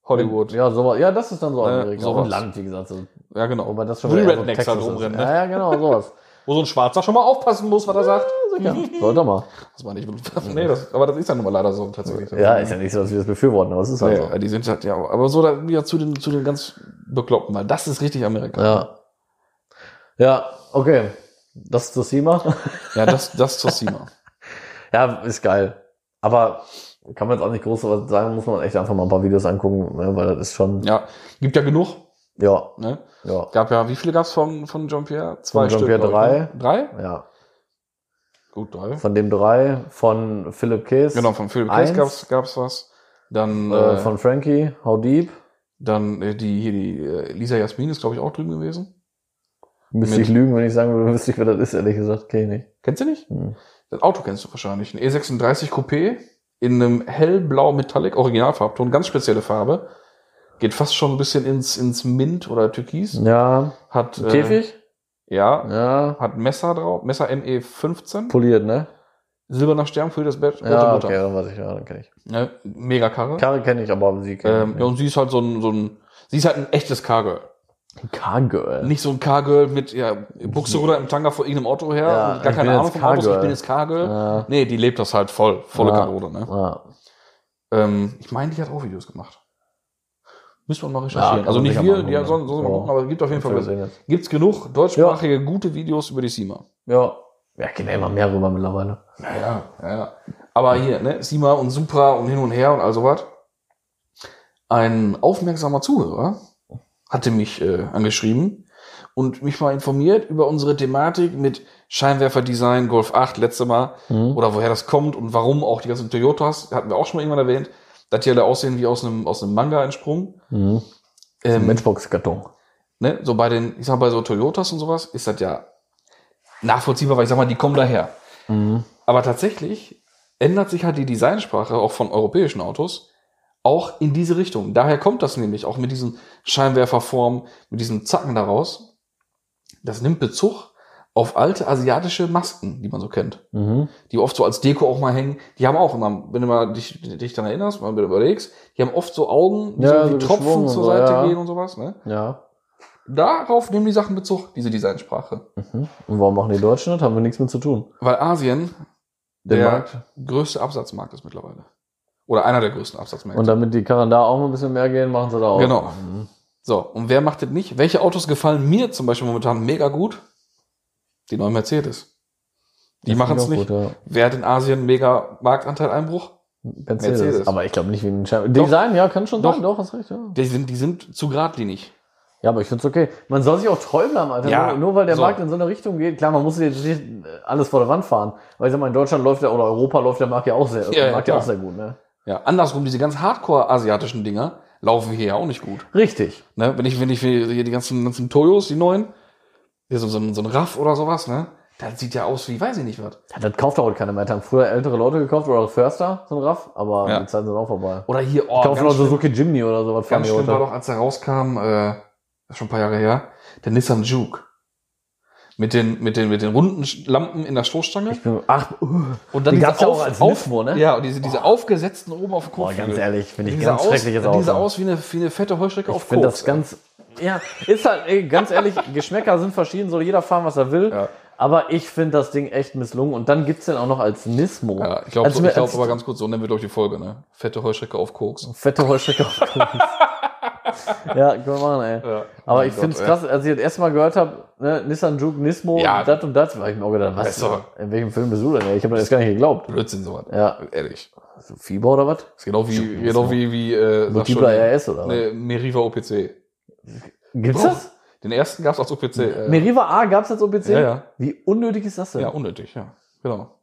Hollywood. Ja, sowas. Ja, das ist dann so Äh, Amerika. sowas. Und Land, wie gesagt. So. Ja, genau. Wobei das schon Wo die wieder eher Rednecks da Texas rumrennen, ist. ne? Ja, ja, genau, sowas. Wo so ein Schwarzer schon mal aufpassen muss, was er sagt. Ja, sollte mal. Das meine ich. <laughs> Nee, das, aber das ist ja nun mal leider so tatsächlich. Ja, ist ja nicht so, dass wir das befürworten, aber es ist Nee, halt ja, die sind halt, ja, aber so da, wieder zu den, zu den ganz Bekloppten, weil das ist richtig so. Amerika. Ja. Ja, okay. Das ist das Thema. <laughs> Ja, das, das zur Sima. Ja, ist geil. Aber kann man jetzt auch nicht groß was sagen, muss man echt einfach mal ein paar Videos angucken, ne, weil das ist schon, Ja, gibt ja genug, ja, ne? ja, Gab ja, wie viele gab's von, von Jean-Pierre? Zwei Von Stück. Jean-Pierre glaub ich, ne? Drei? ja. Gut, drei. Von dem drei, von Philipp Kees, Genau, von Philip Eins. Case gab's, gab's was. Dann, äh, äh, von Frankie, How Deep, dann äh, die, hier die äh, Lisa Jasmin ist, glaube ich, auch drüben gewesen. müsste Mit- ich lügen, wenn ich sagen würde, <laughs> wüsste ich, wer das ist, ehrlich gesagt, kenn ich nicht. Kennst du nicht? Hm. Das Auto kennst du wahrscheinlich. Ein E36 Coupé in einem hellblau Metallic, Originalfarbton, ganz spezielle Farbe. Geht fast schon ein bisschen ins, ins Mint oder Türkis. Ja, Hat, äh, Käfig? Ja, Ja, hat Messer drauf, Messer ME15, poliert, ne? silberner Stern für das Bett, rote Ja, Mutter. okay, dann weiß ich, ja, dann kenn ich. Ne? Mega Karre. Karre kenne ich, aber sie kenne ähm, ja, und sie ist halt so ein, so ein, sie ist halt ein echtes Car-Girl. ich nicht. Car-Girl. Nicht so ein Car-Girl mit, ja, Buchse oder im Tanga vor irgendeinem Auto her, Ja, und gar ich keine bin Ahnung jetzt vom Autos, ich Car-Girl. bin jetzt Car-Girl. Ja. Nee, die lebt das halt voll, volle Ja. Kanone, ne? Ja. Ähm, ich meine, die hat auch Videos gemacht. Müssen wir mal Ja, recherchieren. kann also man nicht sicher wir, mal angucken, die ja, ne? sonst, sonst mal Ja. gucken, aber es gibt auf jeden Hab ich Fall, gesehen jetzt. gibt's genug deutschsprachige gute Videos über die Sima. Ja. Ja, ich kenne immer mehr rüber mittlerweile. Ja, ja, ja. Aber hier, ne, Sima und Supra und hin und her und all sowas. Ein aufmerksamer Zuhörer hatte mich äh, angeschrieben und mich mal informiert über unsere Thematik mit Scheinwerferdesign, Golf 8 letzte Mal Mhm. oder woher das kommt und warum auch die ganzen Toyotas, hatten wir auch schon mal irgendwann erwähnt, dass die alle aussehen wie aus einem, aus einem Manga entsprungen. Mhm. Ähm, Matchbox-Karton. ne, so bei den, ich sag mal, bei so Toyotas und sowas ist das ja nachvollziehbar, weil ich sag mal, die kommen daher. Mhm. Aber tatsächlich ändert sich halt die Designsprache auch von europäischen Autos auch in diese Richtung. Daher kommt das nämlich auch mit diesen Scheinwerferformen, mit diesen Zacken daraus. Das nimmt Bezug auf alte asiatische Masken, die man so kennt, Mhm. die oft so als Deko auch mal hängen. Die haben auch immer, wenn du mal dich, dich daran erinnerst, mal überlegst, die haben oft so Augen, die so Ja, wie so geschwungen Tropfen und zur so, Seite ja. gehen und sowas. Ne? Ja. Darauf nehmen die Sachen Bezug, diese Designsprache. Mhm. Und warum machen die Deutschen das? Haben wir nichts mit zu tun. Weil Asien Den Der- Markt. größter Absatzmarkt ist mittlerweile. Oder einer der größten Absatzmärkte. Und damit die Karren da auch mal ein bisschen mehr gehen, machen sie da auch. Genau. Mhm. So, und wer macht das nicht? Welche Autos gefallen mir zum Beispiel momentan mega gut? Die neuen Mercedes. Die Das machen es finde nicht. ich auch gut, Wer hat in Asien mega Marktanteileinbruch? ja. Mercedes. Mercedes. Aber ich glaube nicht wegen dem Schein. Design, ja, kann schon Doch. sein. Doch, hast recht. Ja, Die sind, die sind zu geradlinig. ja aber ich finde es okay. Man soll sich auch treu bleiben, Alter. Ja, Nur, nur weil der so. Markt in so eine Richtung geht. Klar, man muss jetzt nicht alles vor der Wand fahren. Weil ich sag mal, in Deutschland läuft der, oder Europa läuft der Markt ja auch sehr, Ja, ja, Markt ja klar. auch sehr gut, ne? Ja, andersrum, diese ganz Hardcore-asiatischen Dinger laufen hier ja auch nicht gut. Richtig. Ne? Wenn ich, wenn ich hier die ganzen, ganzen Toyos, die neuen, hier so, so, ein- so ein Raff oder sowas, ne? Das sieht ja aus wie, weiß ich nicht was. Ja, das kauft auch heute keiner mehr. Das haben früher ältere Leute gekauft oder Förster, so ein Raff, aber Ja. die Zeiten sind auch vorbei. Oder hier, oh, Kaufen noch ganz schlimm, Suzuki Jimny oder sowas fahren ganz die schlimm war heute. doch, als er rauskam, äh, das ist schon ein paar Jahre her, der Nissan Juke. Mit den, mit den, mit den runden Sch- Lampen in der Stoßstange. Ich bin, ach, uh, Und dann Die diese gab's ja auch als Nismo, ne? Ja, und diese, diese aufgesetzten oben auf dem boah, Kopf. ganz ehrlich, finde ich Die sah ganz aus, schreckliches Die sah Auto. aus wie eine, wie eine fette Heuschrecke Ich auf finde Koks. das ganz, ja, ist halt, ey, <laughs> ganz ehrlich, Geschmäcker sind verschieden, soll jeder fahren, was er will. Ja. Aber ich finde das Ding echt misslungen. Und dann gibt's den auch noch als Nismo. ja, ich glaube, Als so, Also mir- ich glaub, als- aber ganz kurz, so nennen wir, glaube ich, die Folge, ne? Fette Heuschrecke auf Koks. Fette Heuschrecke <laughs> auf Koks. ja, können wir machen, ey. Ja. Aber Mein ich finde es Gott, krass, als ich das erste Mal gehört habe, ne, Nissan Juke, Nismo, Ja. das und das, war ich mir auch gedacht, was? ne, Ist doch- In welchem Film bist du denn? ey? Ich habe das gar nicht geglaubt. ey. Blödsinn, sowas. Ja, Ehrlich. so Fieber oder was? Ist genau wie, genau wie, wie, äh, sag Multiple schon, RS oder was? Ne, Meriva OPC. Gibt's Doch. das? Den ersten gab's als OPC. Äh, Meriva A gab's als OPC? Ja, ja. Wie unnötig ist das denn? Ja, unnötig, ja. Genau.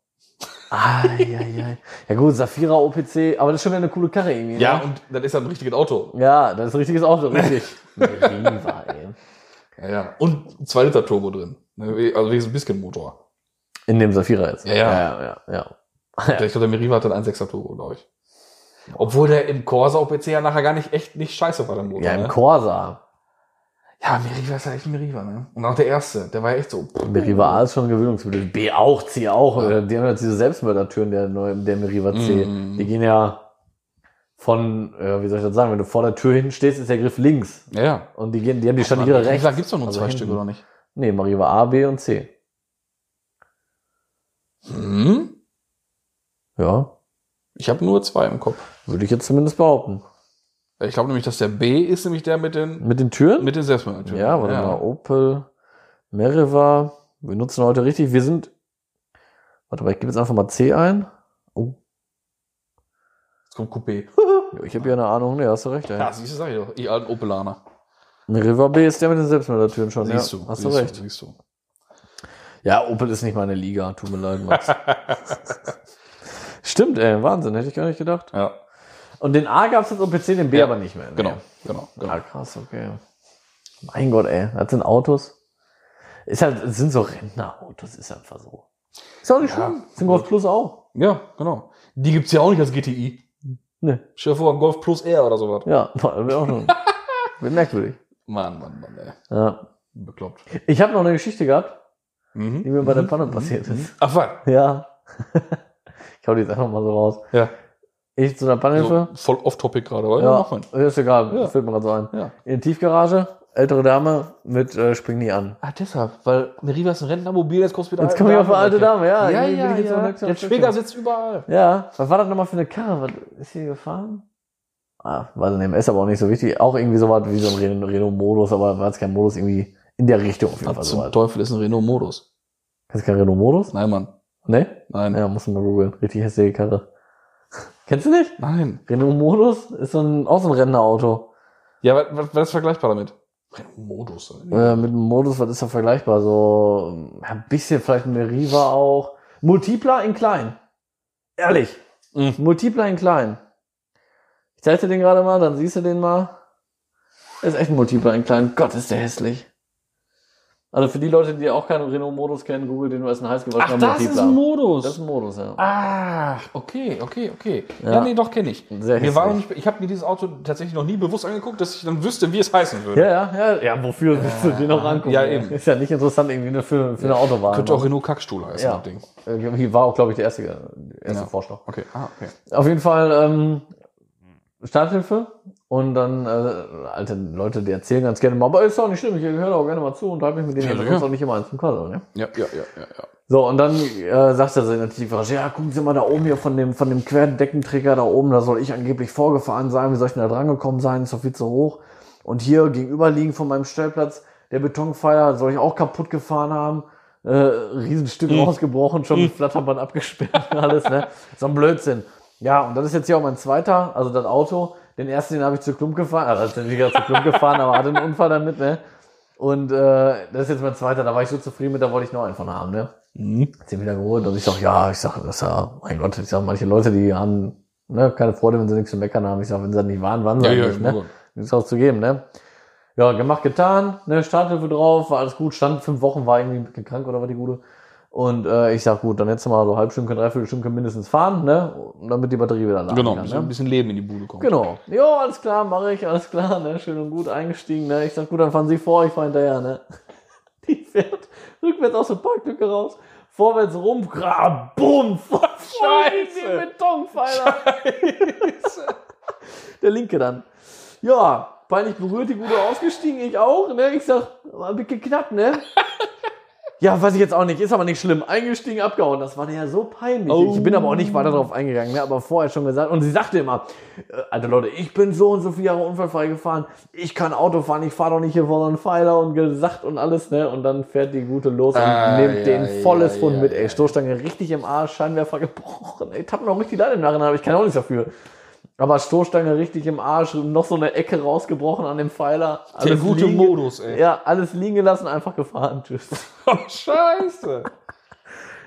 Ah, ja, ja. ja gut, Safira OPC, aber das ist schon wieder eine coole Karre irgendwie. ne? Ja, und dann ist das ein richtiges Auto. Ja, das ist ein richtiges Auto, <laughs> richtig. Meriva, ey. Ja, ja. Und ein 2 Liter Turbo drin. Ne, wie- Also riesen Biscuit-Motor. In dem Safira jetzt. Ja, ja. ja, ja, ja, <laughs> ja. Ich glaube, der Meriva hat dann 1,6er Turbo, glaube ich. Obwohl der im Corsa OPC ja nachher gar nicht echt nicht scheiße war, der Motor. Ja, ne? im Corsa. Ja, Meriva ist ja echt Meriva, ne? Und auch der erste, der war ja echt so. pff, Meriva A ist schon gewöhnungsmittel. B auch, C auch. Äh, Die haben jetzt diese Selbstmördertüren, der neue, der Meriva C. Mm. Die gehen ja von, äh, wie soll ich das sagen, wenn du vor der Tür hinten stehst, ist der Griff links. Ja, ja. Und die gehen, die haben die Scharniere Meriva rechts. gibt's doch nur Also zwei hinten. Stück, oder nicht? Nee, Meriva A, B und C. Hm? Ja, Ich habe nur zwei im Kopf. würde ich jetzt zumindest behaupten. Ich glaube nämlich, dass der B ist nämlich der mit den Mit den Türen? mit den Selbstmörder. ja, warte mal. Opel, Meriva. Wir nutzen heute richtig. Wir sind, warte mal, ich gebe jetzt einfach mal C ein. Oh, Jetzt kommt Coupé. <laughs> ich habe ja eine Ahnung. Nee, hast du recht, ey. Ja, siehst du, sag ich doch. Ich alten Opelaner. Meriva B ist der mit den Selbstmördertüren schon. Siehst ja, du. Hast siehst du recht. Du, siehst du. Ja, Opel ist nicht meine Liga, tut mir leid, Max. <laughs> Stimmt, ey, Wahnsinn, hätte ich gar nicht gedacht. Ja, Und den A gab's jetzt OPC, den B Ja, aber nicht mehr. ne? genau, genau, genau. Ah, krass, okay. Mein Gott, ey, das sind Autos. Ist halt, das sind so Rentnerautos, ist einfach so. Ist auch nicht Ja, schlimm. Ist ein Golf Plus auch. Ja, genau. Die gibt's ja auch nicht als GTI. Ne. Stell dir vor, Golf Plus R oder sowas. Ja, <laughs> das wäre auch schon. Wird merkwürdig. Mann, Mann, Mann, ey. Ja. Bekloppt. Ich habe noch eine Geschichte gehabt, Mhm. die mir bei der Mhm. Panne passiert ist. Ach, was? Mhm. Ja. <laughs> ich hau die jetzt einfach mal so raus. Ja. Ich zu einer Pannhilfe. So, Also, voll off-topic gerade, aber ja, Ja, mach mal. ist egal, Ja. fällt mir gerade so ein. Ja. In der Tiefgarage, ältere Dame mit äh, Spring nie an. Ah, deshalb, weil Meriva ist ein Rentnermobil, jetzt kommst du wieder Jetzt komme ich auf eine alte Dame, ja. Ja, irgendwie bin ja, ich jetzt noch ja. nirgends Der auf der Schwäger Stelle. sitzt überall. Ja, was war das nochmal für eine Karre? Was ist hier gefahren? Ah, weiß nicht, ist aber auch nicht so wichtig. Auch irgendwie sowas wie so ein Ren- Renault-Modus, aber man hat keinen Modus irgendwie in der Richtung auf jeden Fall. Was So zum halt. Teufel ist ein Renault-Modus? Kennst du keinen Renault-Modus? Nein, Mann. Ne? Nein. Ja, muss man mal googeln. Richtig hässliche Karre. <laughs> Kennst du nicht? Nein. Renault-Modus ist so ein, auch so ein Rentnerauto. Ja, wa- wa- was ist vergleichbar damit? Renault-Modus. Äh, mit einem Modus, was ist da vergleichbar? So ja, ein bisschen vielleicht ein Meriva auch. Multipler in klein. Ehrlich. Mhm. Multipler in klein. Ich zeig dir den gerade mal, dann siehst du den mal. Ist echt ein Multipler in klein. Gott, ist der hässlich. Also für die Leute, die auch keinen Renault-Modus kennen, google den, du als ein heißgewachsener Multipler. Modus. das ist ein Modus, ja. Ach, Ah, okay, okay, okay. Ja, Ja. nee, doch kenne ich. Sehr Mir war noch hässlich. nicht, ich habe mir dieses Auto tatsächlich noch nie bewusst angeguckt, dass ich dann wüsste, wie es heißen würde. Ja, ja, ja, ja, wofür willst du den noch angucken? ja, ey? eben. Ist ja nicht interessant irgendwie nur für, für eine Autowahl. Könnte auch Renault Kackstuhl heißen, Ja. das Ding. Äh, Hier war auch, glaube ich, der erste, der erste Ja. Vorschlag. Okay, ah, okay. Auf jeden Fall Hm. ähm, Starthilfe und dann äh, alte Leute, die erzählen ganz gerne mal, aber ist auch nicht schlimm, ich höre auch gerne mal zu und halte mich mit denen Ja, ja, sicher. sonst auch nicht immer eins im Quadro, ne? Ja, ja, ja, ja. ja. So, und dann äh, sagt er so in der Tiefgarage, ja, gucken Sie mal da oben hier von dem, von dem Querdeckenträger da oben, da soll ich angeblich vorgefahren sein, wie soll ich denn da drangekommen sein, ist doch viel zu hoch. Und hier gegenüberliegend von meinem Stellplatz, der Betonfeier, soll ich auch kaputt gefahren haben. Äh, Riesenstück rausgebrochen, schon mit Flatterband abgesperrt und alles, ne? So ein Blödsinn. Ja, und das ist jetzt hier auch mein zweiter, also das Auto. Den ersten, den habe ich zu Klump gefahren, also das ist nicht ganz zu Klump gefahren, aber hatte einen Unfall damit, ne? Und äh, das ist jetzt mein zweiter, da war ich so zufrieden mit, da wollte ich noch einen von haben, ne? hat sie wieder geholt und ich sag, ja, ich sag, das ist ja, mein Gott, ich sag, manche Leute, die haben ne, keine Freude, wenn sie nichts zu meckern haben. Ich sag, wenn sie das nicht waren, waren sie Ja, halt ja, nicht, ja, ne? Nichts auch zu geben, ne? Ja, gemacht, getan, ne, Starthilfe drauf, war alles gut, stand fünf Wochen, war irgendwie ein bisschen krank oder war die gute. Und äh, ich sag gut, dann hättest du mal so halb Stündchen, dreiviertel Stündchen mindestens fahren, ne? Und damit die Batterie wieder laden Genau, ein kann. bisschen, ein Ne? bisschen Leben in die Bude kommt. Genau. Jo, alles klar, mache ich, alles klar, ne? Schön und gut eingestiegen, ne? Ich sag gut, dann fahren sie vor, ich fahr hinterher, ne? <laughs> Die fährt rückwärts aus der Parklücke raus, vorwärts rum, grab, bumm, voll Scheiße. in den Betonpfeiler. Der Linke dann. Ja, peinlich berührt, die Gute ausgestiegen, ich auch. Ne? Ich sag, war ein bisschen <laughs> knapp, ne? ja, weiß ich jetzt auch nicht, ist aber nicht schlimm. Eingestiegen, abgehauen, das war ja so peinlich. Ich bin aber auch nicht weiter darauf eingegangen, ne? aber vorher schon gesagt. Und sie sagte immer, äh, Alter Leute, ich bin so und so viele Jahre unfallfrei gefahren, ich kann Auto fahren, ich fahre doch nicht hier vor so einem Pfeiler und gesagt und alles, ne? Und dann fährt die Gute los und Ah, nimmt ja, den volles ja, Fund ja, mit, ja. ey. Stoßstange richtig im Arsch, Scheinwerfer gebrochen, ey. Tappen auch richtig leid im Nachhinein, aber ich kann auch nichts dafür. Aber Stoßstange richtig im Arsch, noch so eine Ecke rausgebrochen an dem Pfeiler. Der Alles gute liegen- Modus, ey. Ja, alles liegen gelassen, einfach gefahren. Tschüss. <laughs> <laughs> Scheiße.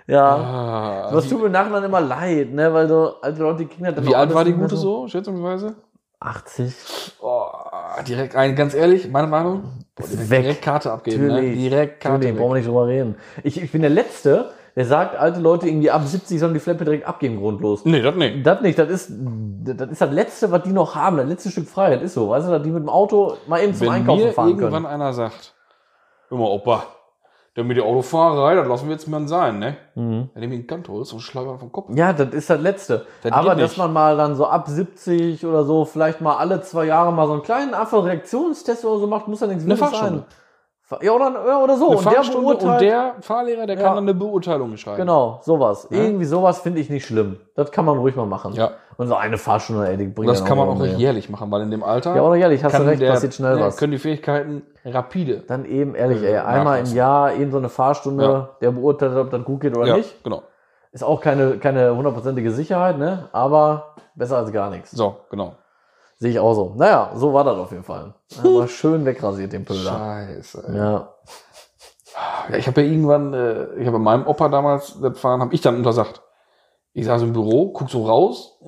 Ja. Ah, Was tut mir im Nachhinein immer leid, ne? Weil so alte Leute, die Kinder dann wie auch alt alles war die nicht mehr Gute so, schätzungsweise? 80. Oh, direkt ein, ganz ehrlich, meine Meinung, boah, direkt, Weg. direkt Karte abgeben, ne? Natürlich. Direkt Karte Entschuldigung, brauchen wir nicht drüber reden. Ich, ich bin der Letzte, der sagt, alte Leute irgendwie ab 70 sollen die Flappe direkt abgeben, grundlos. Nee, das nicht. Das nicht, das ist, das ist das Letzte, was die noch haben, das letzte Stück Freiheit ist so. Weißt du, dass die mit dem Auto mal eben zum Wenn Einkaufen mir fahren irgendwann können. einer sagt, immer Opa, der mit der Autofahrerei, das lassen wir jetzt mal sein, ne? Mhm. Genau, Wenn du mir einen Kant holst und schlag einfach vom Kopf. Ja, das ist das Letzte. Das Aber geht dass nicht. man mal dann so ab 70 oder so, vielleicht mal alle zwei Jahre mal so einen kleinen Abfallreaktionstest oder so macht, muss ja nichts Eine Wildes Fahrstunde. sein. Ja, oder, ja, oder so. Eine und der Fahrstunde beurteilt. und der Fahrlehrer, der Ja. kann dann eine Beurteilung schreiben. genau, sowas. Ja. Irgendwie sowas finde ich nicht schlimm. Das kann man ruhig mal machen. Ja, Und so eine Fahrstunde, ey, die und bringt das Genau, ja kann noch man auch mehr. nicht jährlich machen, weil in dem Alter Ja, oder ehrlich, hast du kann recht, der, passiert schnell ja, was. können die Fähigkeiten rapide. Dann eben, ehrlich, ey, Ja, einmal im nachlassen. Jahr eben so eine Fahrstunde, Ja. der beurteilt, ob das gut geht oder ja, nicht. genau. Ist auch keine, keine hundertprozentige Sicherheit, ne? Aber besser als gar nichts. So, genau. Sehe ich auch so. Naja, so war das auf <laughs> jeden Fall. Aber schön wegrasiert, den Pöller. Scheiße. ey. Ja. Ja, ich habe ja irgendwann, äh, ich habe meinem Opa damals das Fahren, habe ich dann untersagt. Ich saß im Büro, guck so raus,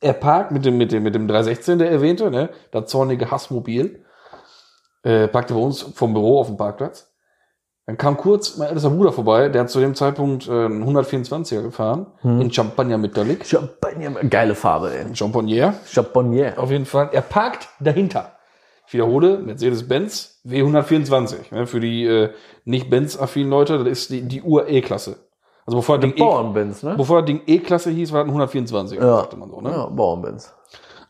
er parkt mit dem, mit dem, mit dem 316, der erwähnte, ne, das zornige Hassmobil, äh, parkte bei uns vom Büro auf dem Parkplatz. Dann kam kurz mein ältester Bruder vorbei, der hat zu dem Zeitpunkt äh, einen 124er gefahren, Hm. in Champagner mit Dalik, Champagner, geile Farbe, ey. Champagner. Champagner. Auf jeden Fall. Er parkt dahinter. Ich wiederhole, Mercedes-Benz W124. Ne, für die äh, nicht Benz-affinen Leute, das ist die, die Ur-E-Klasse. Also bevor das Ding E, Bauernbenz, ne? bevor das Ding E-Klasse hieß, war das ein 124, Ja. sagte man so. Ne? Ja, Bauernbenz.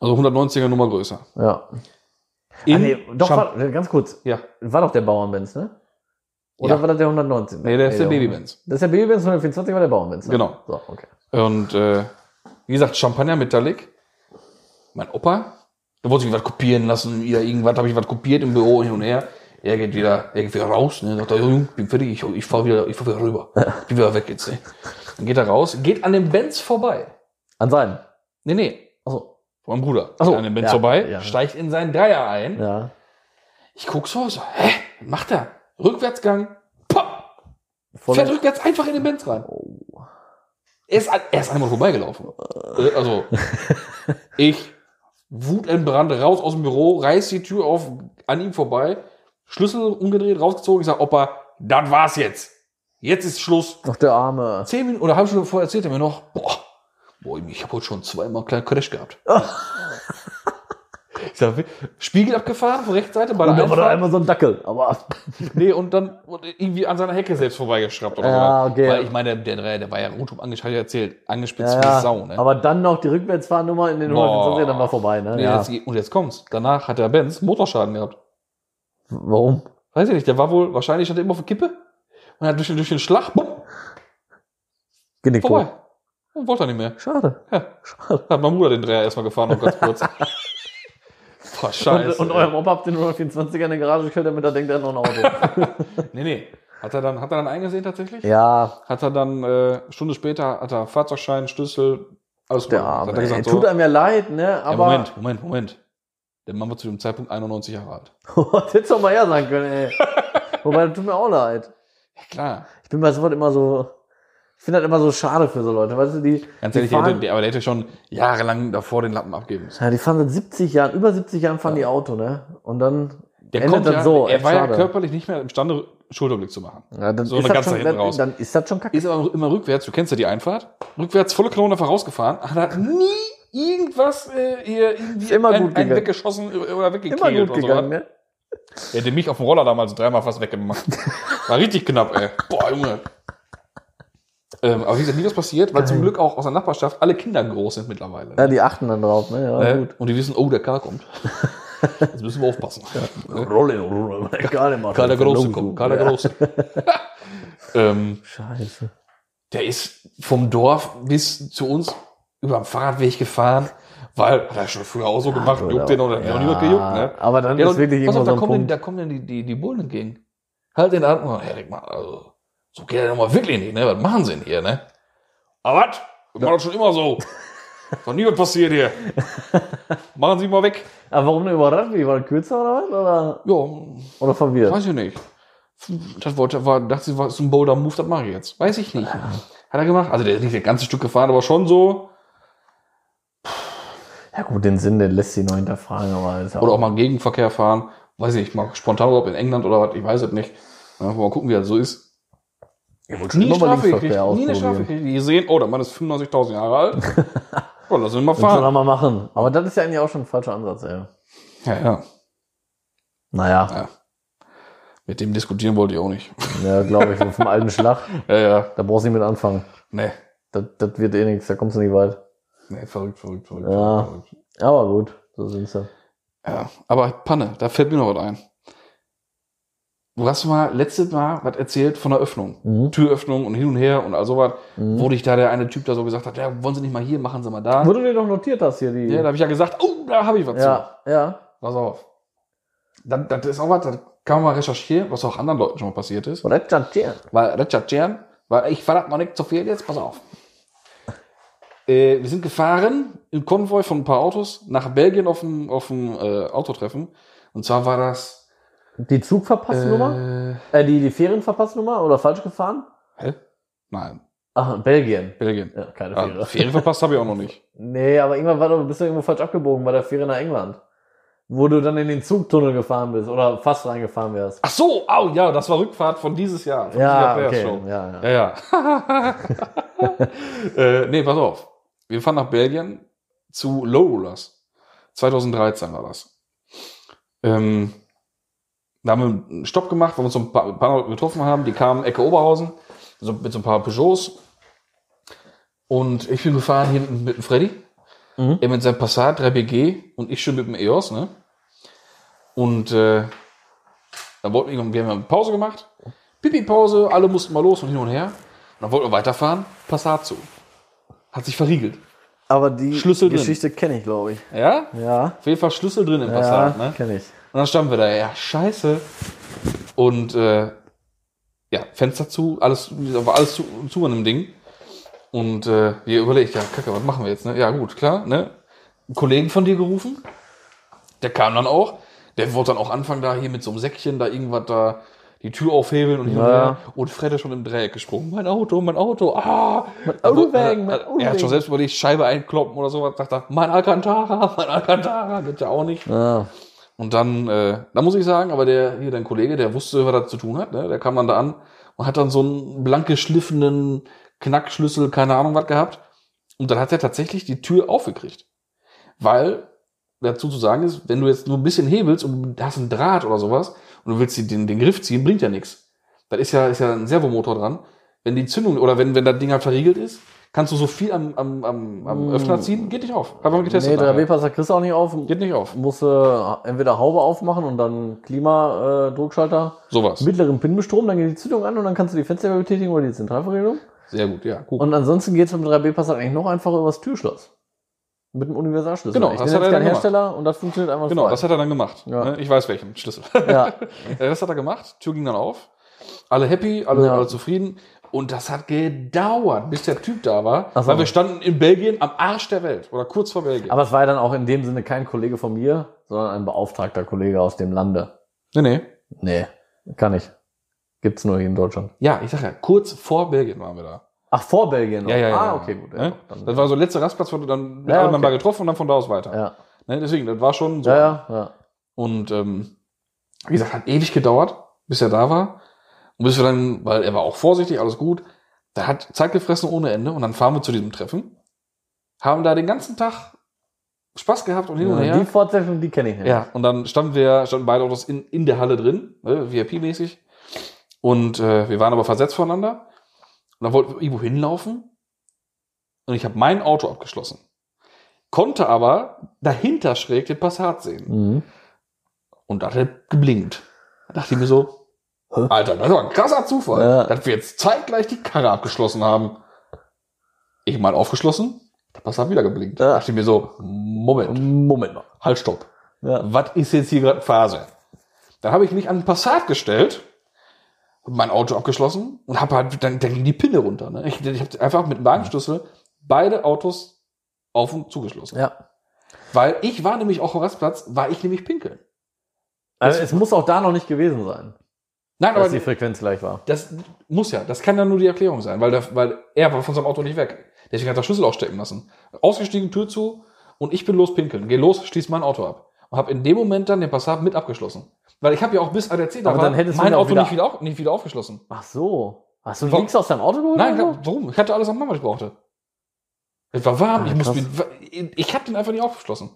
Also 190er Nummer größer. Ja. In ah, nee, doch, Champ- war, ganz kurz. ja. War doch der Bauernbenz, ne? Oder Ja. war das der 119? Nee, der ist der Babybenz. Das ist der Babybenz, 124 war der Bauernbenz. Ne? Genau. So, okay. Und äh, wie gesagt, Champagner Metallic. Mein Opa, da wollte ich was kopieren lassen, wieder irgendwas, habe ich was kopiert im Büro hin und her. Er geht wieder, er geht wieder raus, ne? sagt er, Junge, bin fertig, ich, ich fahr wieder, ich fahr wieder <laughs> rüber. Ich bin wieder weg jetzt, ne? Dann geht er raus, geht an dem Benz vorbei. An seinen. Nee, nee, Achso. von meinem Bruder. Ach so, Geht an dem Benz ja, vorbei, ja. steigt in seinen Dreier ein. Ja. Ich guck so, so, hä, was macht er? Rückwärtsgang, pop, Voll Oh, fährt rückwärts einfach in den Benz rein. Er ist, an- er ist einmal vorbeigelaufen. Äh, Also, ich wutentbrannt raus aus dem Büro, reiß die Tür auf, an ihm vorbei, Schlüssel umgedreht, rausgezogen. Ich sag, Opa, das war's jetzt. Jetzt ist Schluss. Ach, der Arme. Zehn Minuten oder eine halbe Stunde vorher erzählt er mir noch, boah, boah ich habe heute schon zweimal einen kleinen Crash gehabt. ich sag, Spiegel abgefahren von Rechtsseite bei der Und da war da Einfahrt. einmal so ein Dackel. Aber Nee, und dann wurde irgendwie an seiner Hecke selbst vorbeigeschraubt oder Ja, so. okay. Weil ich meine, der Dreier, der war ja rundum angeschaltet, erzählt, angespitzt Ja, wie ja. Sau, ne? Aber dann noch die Rückwärtsfahrnummer in den Boah. 125 dann war vorbei, ne? nee, ja. jetzt, und jetzt kommt's. Danach hat der Benz Motorschaden gehabt. Warum? Weiß ich nicht, der war wohl, wahrscheinlich stand er immer auf der Kippe und hat durch, den- durch den Schlag, bumm, Genickt. vorbei. Und wollte er nicht <laughs> mehr. Schade. Hat mein Bruder den Dreier erstmal gefahren, noch ganz <laughs> kurz. Boah, Und, scheiße. und ey. euer Opa habt den 124er in die Garage gestellt, damit er denkt, er hat noch ein Auto. Nee, nee. Hat er dann, hat er dann eingesehen tatsächlich? <laughs> ja, Hat er dann, äh, Stunde später hat er Fahrzeugschein, Schlüssel, alles der gut. Hat Arme. er ey. gesagt, so, Tut einem ja leid, ne? Ja, Aber <laughs> Moment, Moment, Moment. Der Mann war zu dem Zeitpunkt 91 Jahre alt. Oh, das hättest du auch mal her sagen können, ey. <laughs> Wobei, das tut mir auch leid. Ja, klar. Ich bin bei sowas immer so. Ich finde das immer so schade für so Leute, weißt du, die. Ganz die ehrlich, der hätte, der, aber der hätte schon jahrelang davor den Lappen abgeben müssen. Ja, die fahren seit 70 Jahren, über 70 Jahren fahren die Auto, ne? Und dann Der Endet kommt dann ja, so, er war ja schade. körperlich nicht mehr imstande, Schulterblick zu machen. Ja, dann, So, ist dann das kannst du schon, da hinten raus. dann ist das schon kacke. Ist aber immer rückwärts, du kennst ja die Einfahrt. Rückwärts, volle Kanone einfach rausgefahren. Hat er nie irgendwas äh, hier irgendwie Ist immer ein, gut einen gegangen. weggeschossen äh, oder Immer weggekegelt gut oder gegangen, so. ne? Er hätte mich auf dem Roller damals dreimal fast weggemacht. War richtig knapp, ey. Boah, Junge. Ähm, aber wie gesagt, nie was passiert, weil zum Glück auch aus der Nachbarschaft alle Kinder groß sind mittlerweile. Ja, die achten dann drauf, ne? Ja, Äh, gut. Und die wissen, oh, der Karl <laughs> kommt. Jetzt müssen wir aufpassen. Ne? Rolle, Rolle. Karl der Karl der Große kommt. Karl der <laughs> Große. ähm, Scheiße. der ist vom Dorf bis zu uns über den Fahrradweg gefahren, weil hat er schon früher auch so gemacht, juckt den oder hat auch niemand gejuckt, ne? Aber dann Ja, ist und, wirklich pass irgendwo auf, so da ein kommen, denn, Punkt. da kommen denn die, die, die Bullen entgegen. Halt den Atem, oh, Herr Rickmann, also, so geht er doch mal wirklich nicht, ne? Was machen sie denn hier, ne? Aber was? Wir machen das schon immer <laughs> so. Ist doch nie was passiert hier. Machen Sie mal weg. Aber warum denn überrascht? mich? War er kürzer oder was? Oder, Ja, oder verwirrt? weiß ich nicht. Das wollte, war, dachte sie, war so ein bolder Move, das mache ich jetzt. Weiß ich nicht. Hat er gemacht? Also, der ist nicht das ganze Stück gefahren, aber schon so. Ja gut, den Sinn, den lässt sich noch hinterfragen, aber ist ja Oder auch mal Gegenverkehr fahren. Weiß ich nicht, mal spontan Urlaub in England oder was, ich weiß es nicht. Ja, mal gucken, wie das so ist. Ich wollte schon Nie immer mal Strafe gekriegt, Linksverkehr nie eine Strafe ausprobieren. gekriegt. Die sehen, oh, der Mann ist 95.000 Jahre alt. <laughs> oh, lass ihn mal Das soll fahren. er mal machen. Aber das ist ja eigentlich auch schon ein falscher Ansatz, ey. Ja, ja. Naja, Mit dem diskutieren wollte ich auch nicht. ja, glaube ich, vom alten Schlag. ja, ja. Da brauchst du nicht mit anfangen. Nee. Das, das wird eh nichts, da kommst du nicht weit. Nee, verrückt, verrückt, verrückt. Ja. verrückt, verrückt. Aber gut, so sind's ja. ja. Aber Panne, da fällt mir noch was ein. Du hast mal letztes Mal was erzählt von der Öffnung. Mhm. Türöffnung und hin und her und all sowas. Mhm. Wo dich da der eine Typ da so gesagt hat, ja, wollen Sie nicht mal hier, machen Sie mal da. Wo du dir doch notiert hast hier die. Ja, da habe ich ja gesagt, oh, da habe ich was zu. ja, ja. Pass auf. Dann, das ist auch was, das kann man mal recherchieren, was auch anderen Leuten schon mal passiert ist. Oder Chantier. Weil recherchieren, weil ich verrate noch nicht zu viel jetzt, pass auf. Äh, wir sind gefahren im Konvoi von ein paar Autos nach Belgien auf dem, auf dem äh, Autotreffen. Und zwar war das. Die Zugverpassnummer? Äh, Äh, die, die Ferienverpassnummer oder falsch gefahren? nein, Ach, Belgien. Belgien. Ja, keine Fähre. Ah, Ferien verpasst habe ich auch noch nicht. <laughs> Nee, aber irgendwann war doch, bist du irgendwo falsch abgebogen bei der Fähre nach England. Wo du dann in den Zugtunnel gefahren bist oder fast reingefahren wärst. Ach so, au, ja, das war Rückfahrt von dieses Jahr. Von dieser Ja, okay. Players Show. Ja, ja. Ja, ja. <laughs> äh, nee, pass auf. Wir fahren nach Belgien zu Lowrollers. 2013 war das. Ähm, da haben wir einen Stopp gemacht, weil wir uns so ein paar, ein paar Leute getroffen haben. Die kamen Ecke Oberhausen so, mit so ein paar Peugeots. Und ich bin gefahren hinten mit dem Freddy. Mhm. Er mit seinem Passat 3BG und ich schön mit dem EOS. Ne? Und äh, dann wollten wir, wir haben eine Pause gemacht. Pipi-Pause, alle mussten mal los und hin und her. Und dann wollten wir weiterfahren. Passat zu. Hat sich verriegelt. Aber die Schlüssel drin. Geschichte kenne ich, glaube ich. Ja? Ja. Auf jeden Fall Schlüssel drin im Ja, Passat. Ne? kenne ich. Und dann standen wir da, ja, scheiße. Und äh, ja, Fenster zu, alles, war alles zu, zu an dem Ding. Und äh, wir überlegt, ja, kacke, was machen wir jetzt? Ne? Ja, gut, klar, ne? Einen Kollegen von dir gerufen, der kam dann auch, der wollte dann auch anfangen, da hier mit so einem Säckchen, da irgendwas da die Tür aufhebeln und hin und Ja. her. Und Fred ist schon im Dreieck gesprungen. Mein Auto, mein Auto, ah! Mein Auto wegen, mein Auto Er hat wegen. schon selbst überlegt, Scheibe einkloppen oder sowas. Sagt er, mein Alcantara, <laughs> mein Alcantara, geht ja auch nicht. Ah, Und dann, äh, da muss ich sagen, aber der hier dein Kollege, der wusste, was er zu tun hat, ne? der kam dann da an und hat dann so einen blank geschliffenen Knackschlüssel, keine Ahnung was gehabt. Und dann hat er tatsächlich die Tür aufgekriegt. Weil dazu zu sagen ist, wenn du jetzt nur ein bisschen hebelst und du hast einen Draht oder sowas und du willst die- den, den Griff ziehen, bringt ja nichts. Da ist ja, ist ja ein Servomotor dran. Wenn die Zündung oder wenn, wenn das Ding halt verriegelt ist, kannst du so viel am, am, am, am Mm. Öffner ziehen, geht nicht auf. Hab mal nee, getestet. nachher. 3B-Passer kriegst du auch nicht auf. geht nicht auf. Musst du äh, entweder Haube aufmachen und dann Klimadruckschalter, Sowas. mittleren Pin bestrom, dann geht die Zündung an und dann kannst du die Fenster mehr betätigen oder die Zentralverriegelung. Sehr gut, ja. Guck. Und ansonsten geht es mit dem 3B-Passat eigentlich noch einfacher übers Türschloss. Mit dem Universalschlüssel. Genau, ich das bin hat jetzt er kein dann Hersteller und das funktioniert einfach Genau, frei. das hat er dann gemacht. Ja. Ne? Ich weiß welchen <laughs> Schlüssel. ja. Ja, das hat er gemacht. Tür ging dann auf. Alle happy, alle, Ja. alle zufrieden. Und das hat gedauert, bis der Typ da war. Ach so. Weil wir standen in Belgien am Arsch der Welt. Oder kurz vor Belgien. Aber es war ja dann auch in dem Sinne kein Kollege von mir, sondern ein beauftragter Kollege aus dem Lande. nee, nee. Nee, kann ich. Gibt's nur hier in Deutschland. Ja, ich sag ja, kurz vor Belgien waren wir da. Ach, vor Belgien. noch. Ja, ja, ja. ah, ja. okay, gut. Ja, Ne? doch, dann, Das war so der letzte Rastplatz, wo du dann mit Ja, allem okay. mal getroffen und dann von da aus weiter. ja. Ne? Deswegen, das war schon so. ja, ja, ja. Und ähm, Wie gesagt, hat ewig gedauert, bis er da war. Und bis wir dann, weil er war auch vorsichtig, alles gut. Da hat Zeit gefressen ohne Ende und dann fahren wir zu diesem Treffen. Haben da den ganzen Tag Spaß gehabt und hin und Ja, her. die Fortsetzung, die kenne ich nicht. Ja, und dann standen wir, standen beide Autos in, in der Halle drin, ne, VIP-mäßig. Und äh, wir waren aber versetzt voneinander. Und dann wollten wir irgendwo hinlaufen. Und ich habe mein Auto abgeschlossen. Konnte aber dahinter schräg den Passat sehen. Mhm. Und da hat er geblinkt. Da dachte ich mir so, Hä? Alter, das war ein krasser Zufall, Ja. dass wir jetzt zeitgleich die Karre abgeschlossen haben. Ich mal aufgeschlossen, der Passat wieder geblinkt. Ja. Da dachte ich mir so, Moment, Moment mal. halt, stopp Ja. was ist jetzt hier gerade Phase? Dann habe ich mich an den Passat gestellt, hab mein Auto abgeschlossen und habe halt, dann, dann ging die Pinne runter. Ne? Ich, ich habe einfach mit dem Wagenschlüssel beide Autos auf und zugeschlossen. ja. Weil ich war nämlich auch am Rastplatz, war ich nämlich pinkeln. Also es muss auch da noch nicht gewesen sein, Nein, dass die aber Frequenz gleich war. das muss ja, das kann ja nur die Erklärung sein, weil, der, weil er war von seinem Auto nicht weg. Deswegen hat er Schlüssel auch stecken lassen. Ausgestiegen, Tür zu und ich bin los pinkeln. Geh los, schließ mein Auto ab. Und habe in dem Moment dann den Passat mit abgeschlossen. Weil ich habe ja auch bis ADAC da Aber war, dann hättest du mein ihn auch Auto wieder- nicht, wieder auf, nicht wieder aufgeschlossen. Ach so. Hast du Wa- nichts aus deinem Auto geholt? Nein, ich oder so? hab, warum? Ich hatte alles am Mann, was ich brauchte. Es war warm, Ah, ich musste, krass. ihn- ich habe den einfach nicht aufgeschlossen.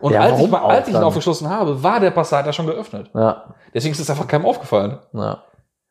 Und Ja, als, ich, warum mal, als auch ich ihn dann? aufgeschlossen habe, war der Passat ja schon geöffnet. Ja, Deswegen ist es einfach keinem aufgefallen. ja.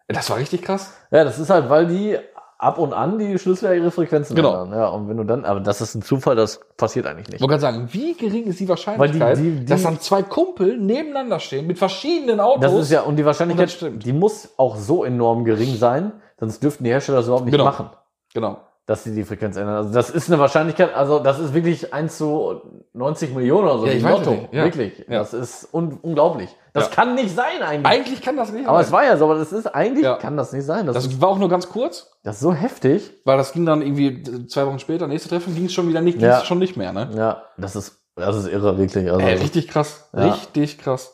Das war richtig krass. Ja, das ist halt, weil die ab und an die Schlüssel ja ihre Frequenzen Genau. ändern. Ja, und wenn du dann, aber das ist ein Zufall, das passiert eigentlich Ich nicht. wollte gerade sagen, wie gering ist die Weil die, Wahrscheinlichkeit, die, die, dass dann zwei Kumpel nebeneinander stehen mit verschiedenen Autos? das ist ja, und die Und das Wahrscheinlichkeit, stimmt. die muss auch so enorm gering sein, sonst dürften die Hersteller das überhaupt nicht Genau. machen, Genau. dass sie die Frequenz ändern. Also das ist eine Wahrscheinlichkeit, also das ist wirklich 1 zu 90 Millionen oder so. Ja, wie ich weiß es nicht. Ja. Wirklich. Ja. Das ist un unglaublich. Das Ja. kann nicht sein eigentlich. Eigentlich kann das nicht aber es sein. war ja so, aber das ist eigentlich Ja. kann das nicht sein. Das, ist, Das war auch nur ganz kurz, das ist so heftig. weil das ging dann irgendwie zwei Wochen später, nächste Treffen ging es schon wieder nicht, Ja. ging es schon nicht mehr, ne? Ja, das ist, das ist irre, wirklich. Also, Ey, richtig krass. Ja. Richtig krass.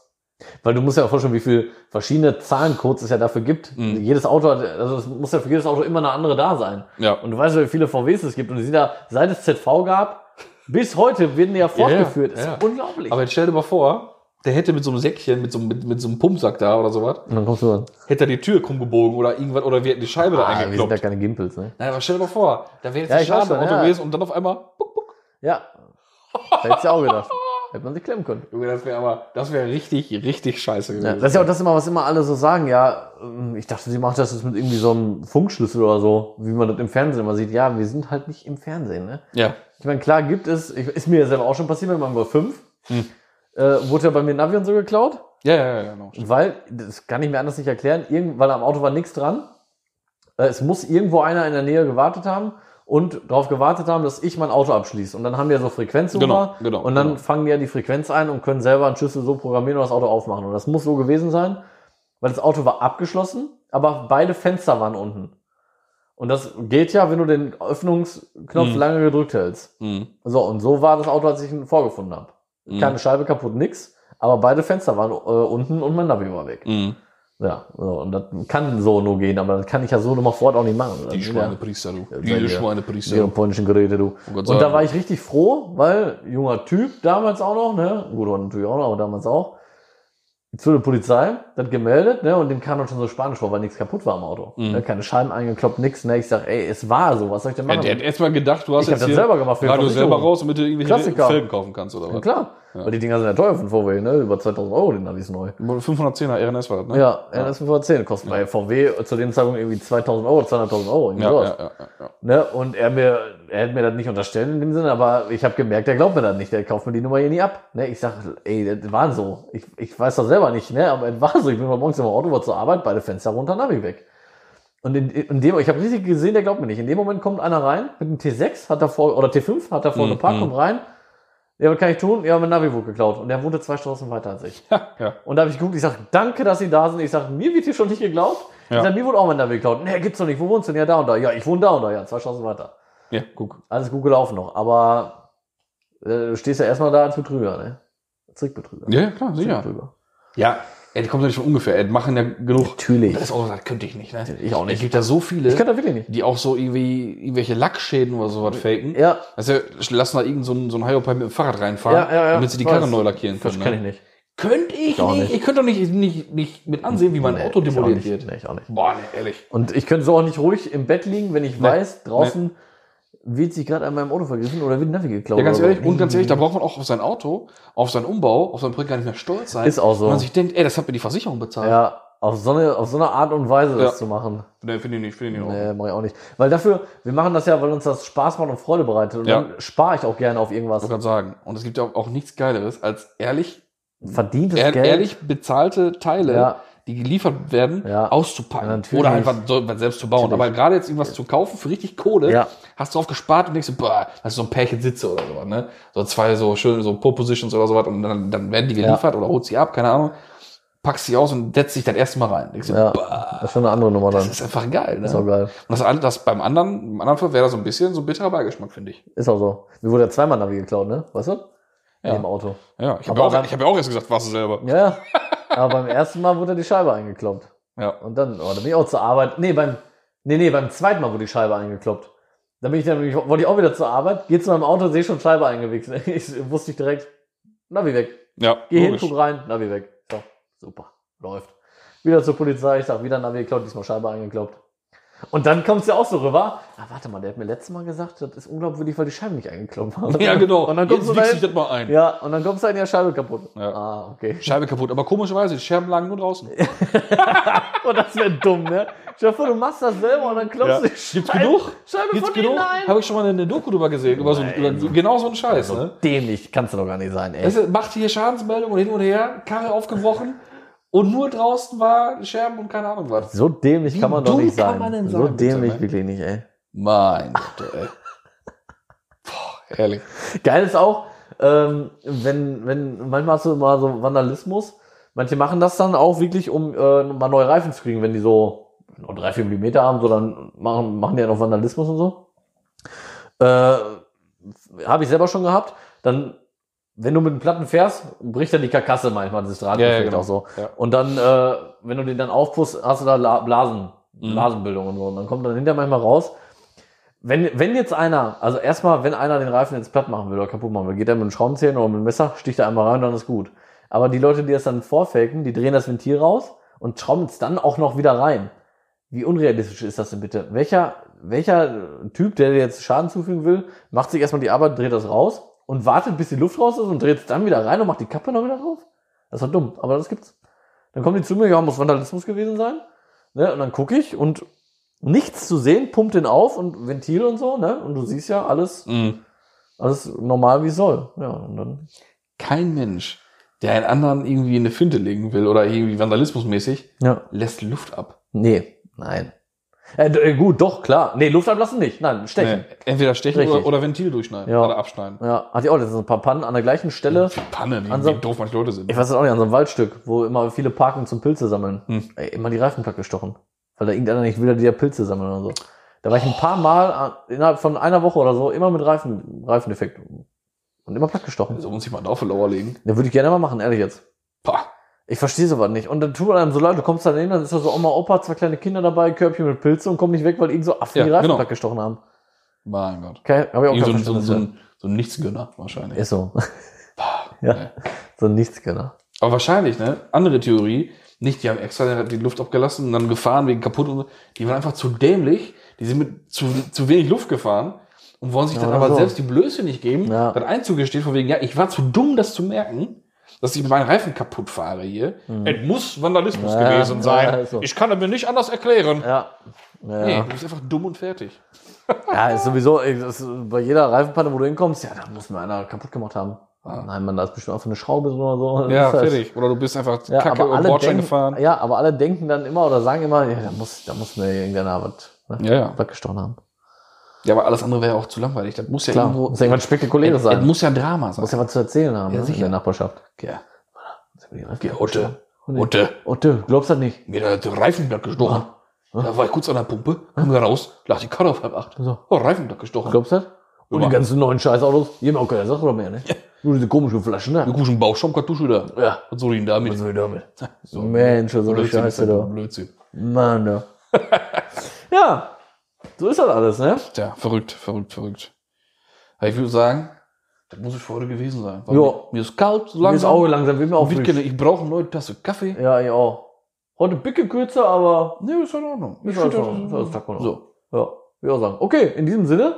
Weil du musst ja auch vorstellen, wie viel verschiedene Zahlencodes es ja dafür gibt. Mhm. Jedes Auto hat, also es muss ja für jedes Auto immer eine andere da sein. Ja. Und du weißt, ja, wie viele VWs es gibt. Und sie da, seit es ZV gab, bis heute werden die ja fortgeführt. ja, ja. Ist unglaublich. Aber jetzt stell dir mal vor, der hätte mit so einem Säckchen, mit so, einem- mit, mit so einem Pumpsack da oder sowas, und dann kommst du an. hätte er die Tür krumm gebogen oder irgendwas, oder wir hätten die Scheibe da Ah, wir sind ja eingekloppt. keine Gimpels, ne? Naja, aber stell dir mal vor, da wäre jetzt Ja, die ich weiß Scheibe im schon, Auto ja. gewesen und dann auf einmal, puck, puck. <laughs> Ja. Da hättest du ja auch gedacht. Hätte man sich klemmen können. Junge, das wäre aber, das wäre richtig, richtig scheiße gewesen. Ja, das ist ja auch das immer, was immer alle so sagen. Ja, ähm, ich dachte, sie macht das jetzt mit irgendwie so einem Funkschlüssel oder so, wie man das im Fernsehen immer sieht. Ja, wir sind halt nicht im Fernsehen, ne? ja. Ich meine, klar gibt es, ich, ist mir ja selber auch schon passiert mit meinem Golf 5. Hm. Äh, wurde ja bei mir Navi und so geklaut, Ja, ja, ja, genau. weil, das kann ich mir anders nicht erklären, irgend, weil am Auto war nichts dran. Äh, es muss irgendwo einer in der Nähe gewartet haben und darauf gewartet haben, dass ich mein Auto abschließe. Und dann haben wir so Frequenzsucher Genau, genau, und dann genau. fangen die ja die Frequenz ein und können selber einen Schlüssel so programmieren und das Auto aufmachen. Und das muss so gewesen sein, weil das Auto war abgeschlossen, aber beide Fenster waren unten. Und das geht ja, wenn du den Öffnungsknopf Mhm. lange gedrückt hältst. Mhm. So, und so war das Auto, als ich ihn vorgefunden habe. Mhm. Keine Scheibe kaputt, nix. Aber beide Fenster waren äh, unten und mein Navi war weg. Mhm. Ja, so, und das kann so nur gehen, aber das kann ich ja so mal vor Ort auch nicht machen. Die Das sind Schweinepriester, du. seid Die ihr. Schweinepriester. Oh Ja, ihre polnischen Geräte, du. Gott sei Und da Dank. war ich richtig froh, weil junger Typ, damals auch noch, ne? Gut, war natürlich auch noch, aber damals auch. Zu der Polizei, das gemeldet, ne? Und dem kam dann schon so Spanisch vor, weil nichts kaputt war am Auto. Mhm. Ne? Keine Scheiben eingekloppt, nix, ne? Ich sag, ey, es war so, was soll ich denn Ja, machen? der hat erstmal gedacht, du hast ich hab jetzt das hier selber gemacht für die Radio selber Versicherung. raus, damit du irgendwelche Klassiker. Felgen kaufen kannst oder Ja, was. klar. Ja. Weil die Dinger sind ja teuer von VW, ne? Über 2000 Euro, den Navis neu. 510er RNS war das, ne? Ja, RS 510 kostet bei VW zu dem Zeitpunkt irgendwie 2000 Euro, 200.000 Euro. irgendwie Ja, sowas. ja, ja, ja, ja. Ne? Und er mir, er hätte mir das nicht unterstellt in dem Sinne, aber ich habe gemerkt, er glaubt mir das nicht, der kauft mir die Nummer hier nie ab. Ne? Ich sag, ey, das war so. Ich, ich weiß das selber nicht, ne? aber es war so. Ich bin mal morgens im Auto, war zur Arbeit, beide Fenster runter, Navi weg. Und in, in dem, ich habe richtig gesehen, der glaubt mir nicht. In dem Moment kommt einer rein mit einem T6, hat davor, oder T5, hat davor Mhm, geparkt, mhm. kommt rein. Ja, was kann ich tun? Ja, mein Navi wurde geklaut. Und der wohnte zwei Straßen weiter als ich. Ja, ja. Und da habe ich geguckt, ich sage, danke, dass Sie da sind. Ich sage, mir wird hier schon nicht geglaubt. Ja. Ich sage, mir wurde auch mal Navi geklaut. Nee, gibt's doch nicht. Wo wohnst du denn? Ja, da und da. Ja, ich wohne da und da. Ja, zwei Straßen weiter. Ja, guck. Alles gut gelaufen noch. Aber äh, du stehst ja erstmal da als Betrüger, ne? Als Trickbetrüger. Ja, ja, klar, sicher. Trickbetrüger. Ja, ey, die kommt ja nicht von ungefähr. Ey, die machen ja genug. Natürlich. Das ist auch, das könnte ich nicht, ne? Ich auch Es nicht. gibt ja so viele, Ich kann das wirklich nicht. die auch so irgendwie irgendwelche Lackschäden oder sowas faken. Ja, Also lassen da irgend so ein, so ein Hyopai mit dem Fahrrad reinfahren, Ja, ja, ja. damit sie die Ich weiß. Karre neu lackieren das können. kann ne? ich nicht. Könnt ich auch nicht. nicht. Ich könnte doch nicht, nicht, nicht mit ansehen, wie mein Nee, Auto ich auch demoliert nicht. wird. Nee, ich auch nicht. Boah, nee, ehrlich. Und ich könnte so auch nicht ruhig im Bett liegen, wenn ich weiß, draußen wird sich gerade an meinem Auto vergriffen oder wird ein Navi geklaut. Ja, ganz oder so. ehrlich, und ganz mm. ehrlich, da braucht man auch auf sein Auto, auf seinen Umbau, auf sein Projekt gar nicht mehr stolz sein. Ist auch so. Wenn man sich denkt, ey, das hat mir die Versicherung bezahlt. Ja, auf so, eine, auf so eine Art und Weise das Ja. zu machen. Nee, finde ich nicht, finde ich nicht. Nee, mach ich auch nicht. Weil dafür, wir machen das ja, weil uns das Spaß macht und Freude bereitet. Und Ja. dann spare ich auch gerne auf Ich irgendwas. wollte gerade sagen. Und es gibt ja auch, auch nichts Geileres als ehrlich, Verdientes ehr, Geld. ehrlich bezahlte Teile, Ja. die geliefert werden, Ja. auszupacken. Ja, natürlich. Oder einfach so, was selbst zu bauen. Natürlich. Aber gerade jetzt irgendwas zu kaufen für richtig Kohle, Ja. hast du drauf gespart und denkst, du, boah, hast du so ein Pärchen Sitze oder sowas, ne? So zwei so schöne, so Pole-Positions oder sowas und dann, dann werden die geliefert oder holt sie ab, keine Ahnung. Packst sie aus und setzt dich dann erstmal rein. Denkst du, Ja, boah, das ist schon eine andere Nummer das dann. ist einfach geil, ne? Ist auch geil. Und das, an- das beim anderen, im anderen Fall wäre da so ein bisschen so ein bitterer Beigeschmack, finde ich. Ist auch so. Mir wurde ja zweimal Navi geklaut, ne? Weißt du? Ja. Im Auto. Ja, ich habe Aber ja auch auch, beim- ich hab ja auch erst gesagt, warst du selber. Ja, ja. Aber beim ersten Mal wurde die Scheibe eingekloppt. Ja. Und dann, oh, dann bin ich auch zur Arbeit. Nee, beim, nee, nee, beim zweiten Mal wurde die Scheibe eingekloppt. Dann bin ich dann, nämlich- wollte ich auch wieder zur Arbeit, geh zu meinem Auto, sehe schon Scheibe eingewichst. <laughs> Ich wusste ich direkt, Navi weg. Ja, Geh logisch. hin, guck rein, Navi weg. So, super, läuft. Wieder zur Polizei, ich sag wieder Navi geklaut, diesmal Scheibe eingekloppt. Und dann kommt's ja auch so rüber. Ah, warte mal, der hat mir letztes Mal gesagt, das ist unglaubwürdig, weil die Scheibe nicht eingekloppt haben. Ja, genau. Und dann kommst du Jetzt wichse ich dahin, das mal ein. ja, und dann kommst du in der Scheibe kaputt. Ja. Ah, okay. <laughs> Scheibe kaputt. Aber komischerweise, die Scherben lagen nur draußen. Und das wäre dumm, ne? Stell dir vor, du machst das selber und dann klopfst du die Gibt's Scheibe, genug? Scheibe Gibt's von innen genug? ein. Habe ich schon mal eine Doku drüber gesehen. Über so, über so, genau so einen Scheiß, ne? Dämlich, kannst du doch gar nicht sein, ey. Es macht hier Schadensmeldung und hin und her, Karre aufgebrochen und nur draußen war Scherben und keine Ahnung was. So dämlich Wie kann man doch dumm nicht kann sein. man denn so sein, bitte, dämlich ne? wirklich nicht, ey. Mein Gott, <laughs> ey. Boah, ehrlich. <laughs> Geil ist auch, ähm, wenn, wenn, manchmal hast du mal so Vandalismus. Manche machen das dann auch wirklich, um äh, mal neue Reifen zu kriegen, wenn die so nur drei, vier Millimeter haben, so dann machen, machen die ja noch Vandalismus und so. Äh, Habe ich selber schon gehabt. Dann, wenn du mit den Platten fährst, bricht dann die Karkasse manchmal, das Draht Ja, ja, genau. auch so. Ja. Und dann, äh, wenn du den dann aufpust, hast du da La- Blasen, Mhm. Blasenbildung und so. Und dann kommt dann hinter manchmal raus, wenn, wenn jetzt einer, also erstmal, wenn einer den Reifen jetzt platt machen will oder kaputt machen will, geht er mit einem Schraubenzähler oder mit einem Messer, sticht er einmal rein und dann ist gut. Aber die Leute, die das dann vorfaken, die drehen das Ventil raus und schrauben es dann auch noch wieder rein. Wie unrealistisch ist das denn bitte? Welcher, welcher Typ, der dir jetzt Schaden zufügen will, macht sich erstmal die Arbeit, dreht das raus und wartet, bis die Luft raus ist und dreht es dann wieder rein und macht die Kappe noch wieder drauf? Das war dumm, aber das gibt's. Dann kommen die zu mir, ja, muss Vandalismus gewesen sein. Ne? Und dann gucke ich und nichts zu sehen, pumpt den auf und Ventil und so, ne? Und du siehst ja alles, Mhm. alles normal wie es soll. Ja, und dann. Kein Mensch, der einen anderen irgendwie in eine Finte legen will oder irgendwie vandalismusmäßig, Ja. lässt Luft ab. Nee, nein. Äh, d- äh, gut, doch, klar. Nee, Luft ablassen nicht. Nein, stechen. Nee, Entweder stechen Richtig. oder, oder Ventil durchschneiden Ja. oder abschneiden. Ja, hatte ich auch letztens ein paar Pannen an der gleichen Stelle. Mhm. Panne, wie, Ansonsten- wie doof manche Leute sind. Ich weiß das auch nicht, an so einem Waldstück, wo immer viele parken zum Pilze sammeln. Hm. Ey, immer die Reifen platt gestochen. Weil da irgendeiner nicht will, der die ja Pilze sammeln oder so. Da war Oh. ich ein paar Mal an- innerhalb von einer Woche oder so immer mit Reifen, Reifendefekt. Und immer platt gestochen. So muss ich mal einen Dauerlauer legen. Da würde ich gerne mal machen, ehrlich jetzt. Pah. Ich verstehe sowas nicht. Und dann tut einem so leid, du kommst da hin, dann ist da so Oma, Opa, zwei kleine Kinder dabei, Körbchen mit Pilze und kommen nicht weg, weil irgend so Affen Ja, die Reifen genau. platt gestochen haben. Mein Gott. Okay, hab ich auch Irgendwie kein so, ein- Verständnis so, für. ein- so, ein, so ein Nichtsgönner wahrscheinlich. Ist so. <laughs> Pah, Ja. ne. so ein Nichtsgönner. Aber wahrscheinlich, ne? Andere Theorie, nicht, die haben extra die Luft abgelassen und dann gefahren wegen kaputt und so. Die waren einfach zu dämlich, die sind mit zu, zu wenig Luft gefahren und wollen sich Ja, dann oder aber so. selbst die Blöße nicht geben, Ja. dann einzugestehen von wegen, ja, ich war zu dumm, das zu merken, dass ich mit meinen Reifen kaputt fahre hier. Es muss Vandalismus Mhm. Ja, gewesen sein. ja, ist so. Ich kann es mir nicht anders erklären. Ja. Ja. Nee, du bist einfach dumm und fertig. Ja, ist sowieso, ey, das ist bei jeder Reifenpanne, wo du hinkommst, ja, da muss mir einer kaputt gemacht haben. Ah. Nein, Mann, da ist bestimmt auch so eine Schraube drin oder so. Das Ja, ist halt- fertig. Oder du bist einfach Ja, kacke aber über den alle Bordstein denken, gefahren. Ja, aber alle denken dann immer oder sagen immer, ja, da muss, da muss mir irgendeiner was ne, Ja, ja. platt gestochen haben. Ja, aber alles andere wäre ja auch zu langweilig. Das muss ja Klar, irgendwo. muss ja irgendwas Spektakuläres Es- es sein. muss ja Drama sein. muss ja was zu erzählen haben Ja, ne, in sicher. der Nachbarschaft. ja. Ja, Otte. Otte. Otte, glaubst du das nicht? Mir hat der Reifenblatt gestochen. Da war ich kurz an der Pumpe, komm wieder raus, lag die Karre auf halb acht. So. Oh, Reifenblatt gestochen. Glaubst du das? Und die Ja. ganzen neuen Scheißautos, die haben auch keine Sache mehr, ne? Nur diese komischen Flaschen, Wir ne? kuschen Bauschaumkartusche da. Ja. Was soll ich denn damit? soll ich damit? So. Mensch, so eine Blödsinn ist Scheiße das, da. Blödsinn. Mann, ne? ja. <laughs> ja, so ist das alles, ne? Tja, verrückt, verrückt, verrückt. Aber ich würde sagen, Das muss es für heute gewesen sein. Ja. Mir, mir ist kalt, so Mir ist langsam. auch langsam, wird E- mir auch Wittgen, ich brauche eine neue Tasse Kaffee. Ja, ich auch. Heute ein bisschen kürzer, aber Nee, ist in Ordnung. Ist find alles in Ordnung. Ist alles in Ordnung. so, ja, würde ich auch sagen. Okay, in diesem Sinne,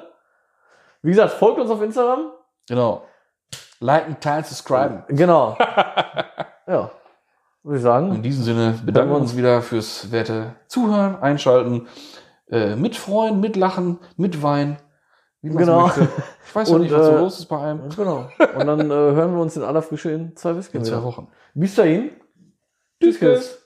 wie gesagt, folgt uns auf Instagram. genau. Liken, teilen, subscriben. <laughs> Genau. ja, würde ich sagen. In diesem Sinne bedanken wir uns wieder fürs werte Zuhören, Einschalten, äh, mitfreuen, mitlachen, mitweinen. Wie man's Genau. möchte. Ich weiß ja Und, nicht, was so äh, los ist bei einem. Genau. Und dann äh, hören wir uns in aller Frische in zwei Whisky In zwei wieder. Wochen. Bis dahin. Tschüss. Tschüss.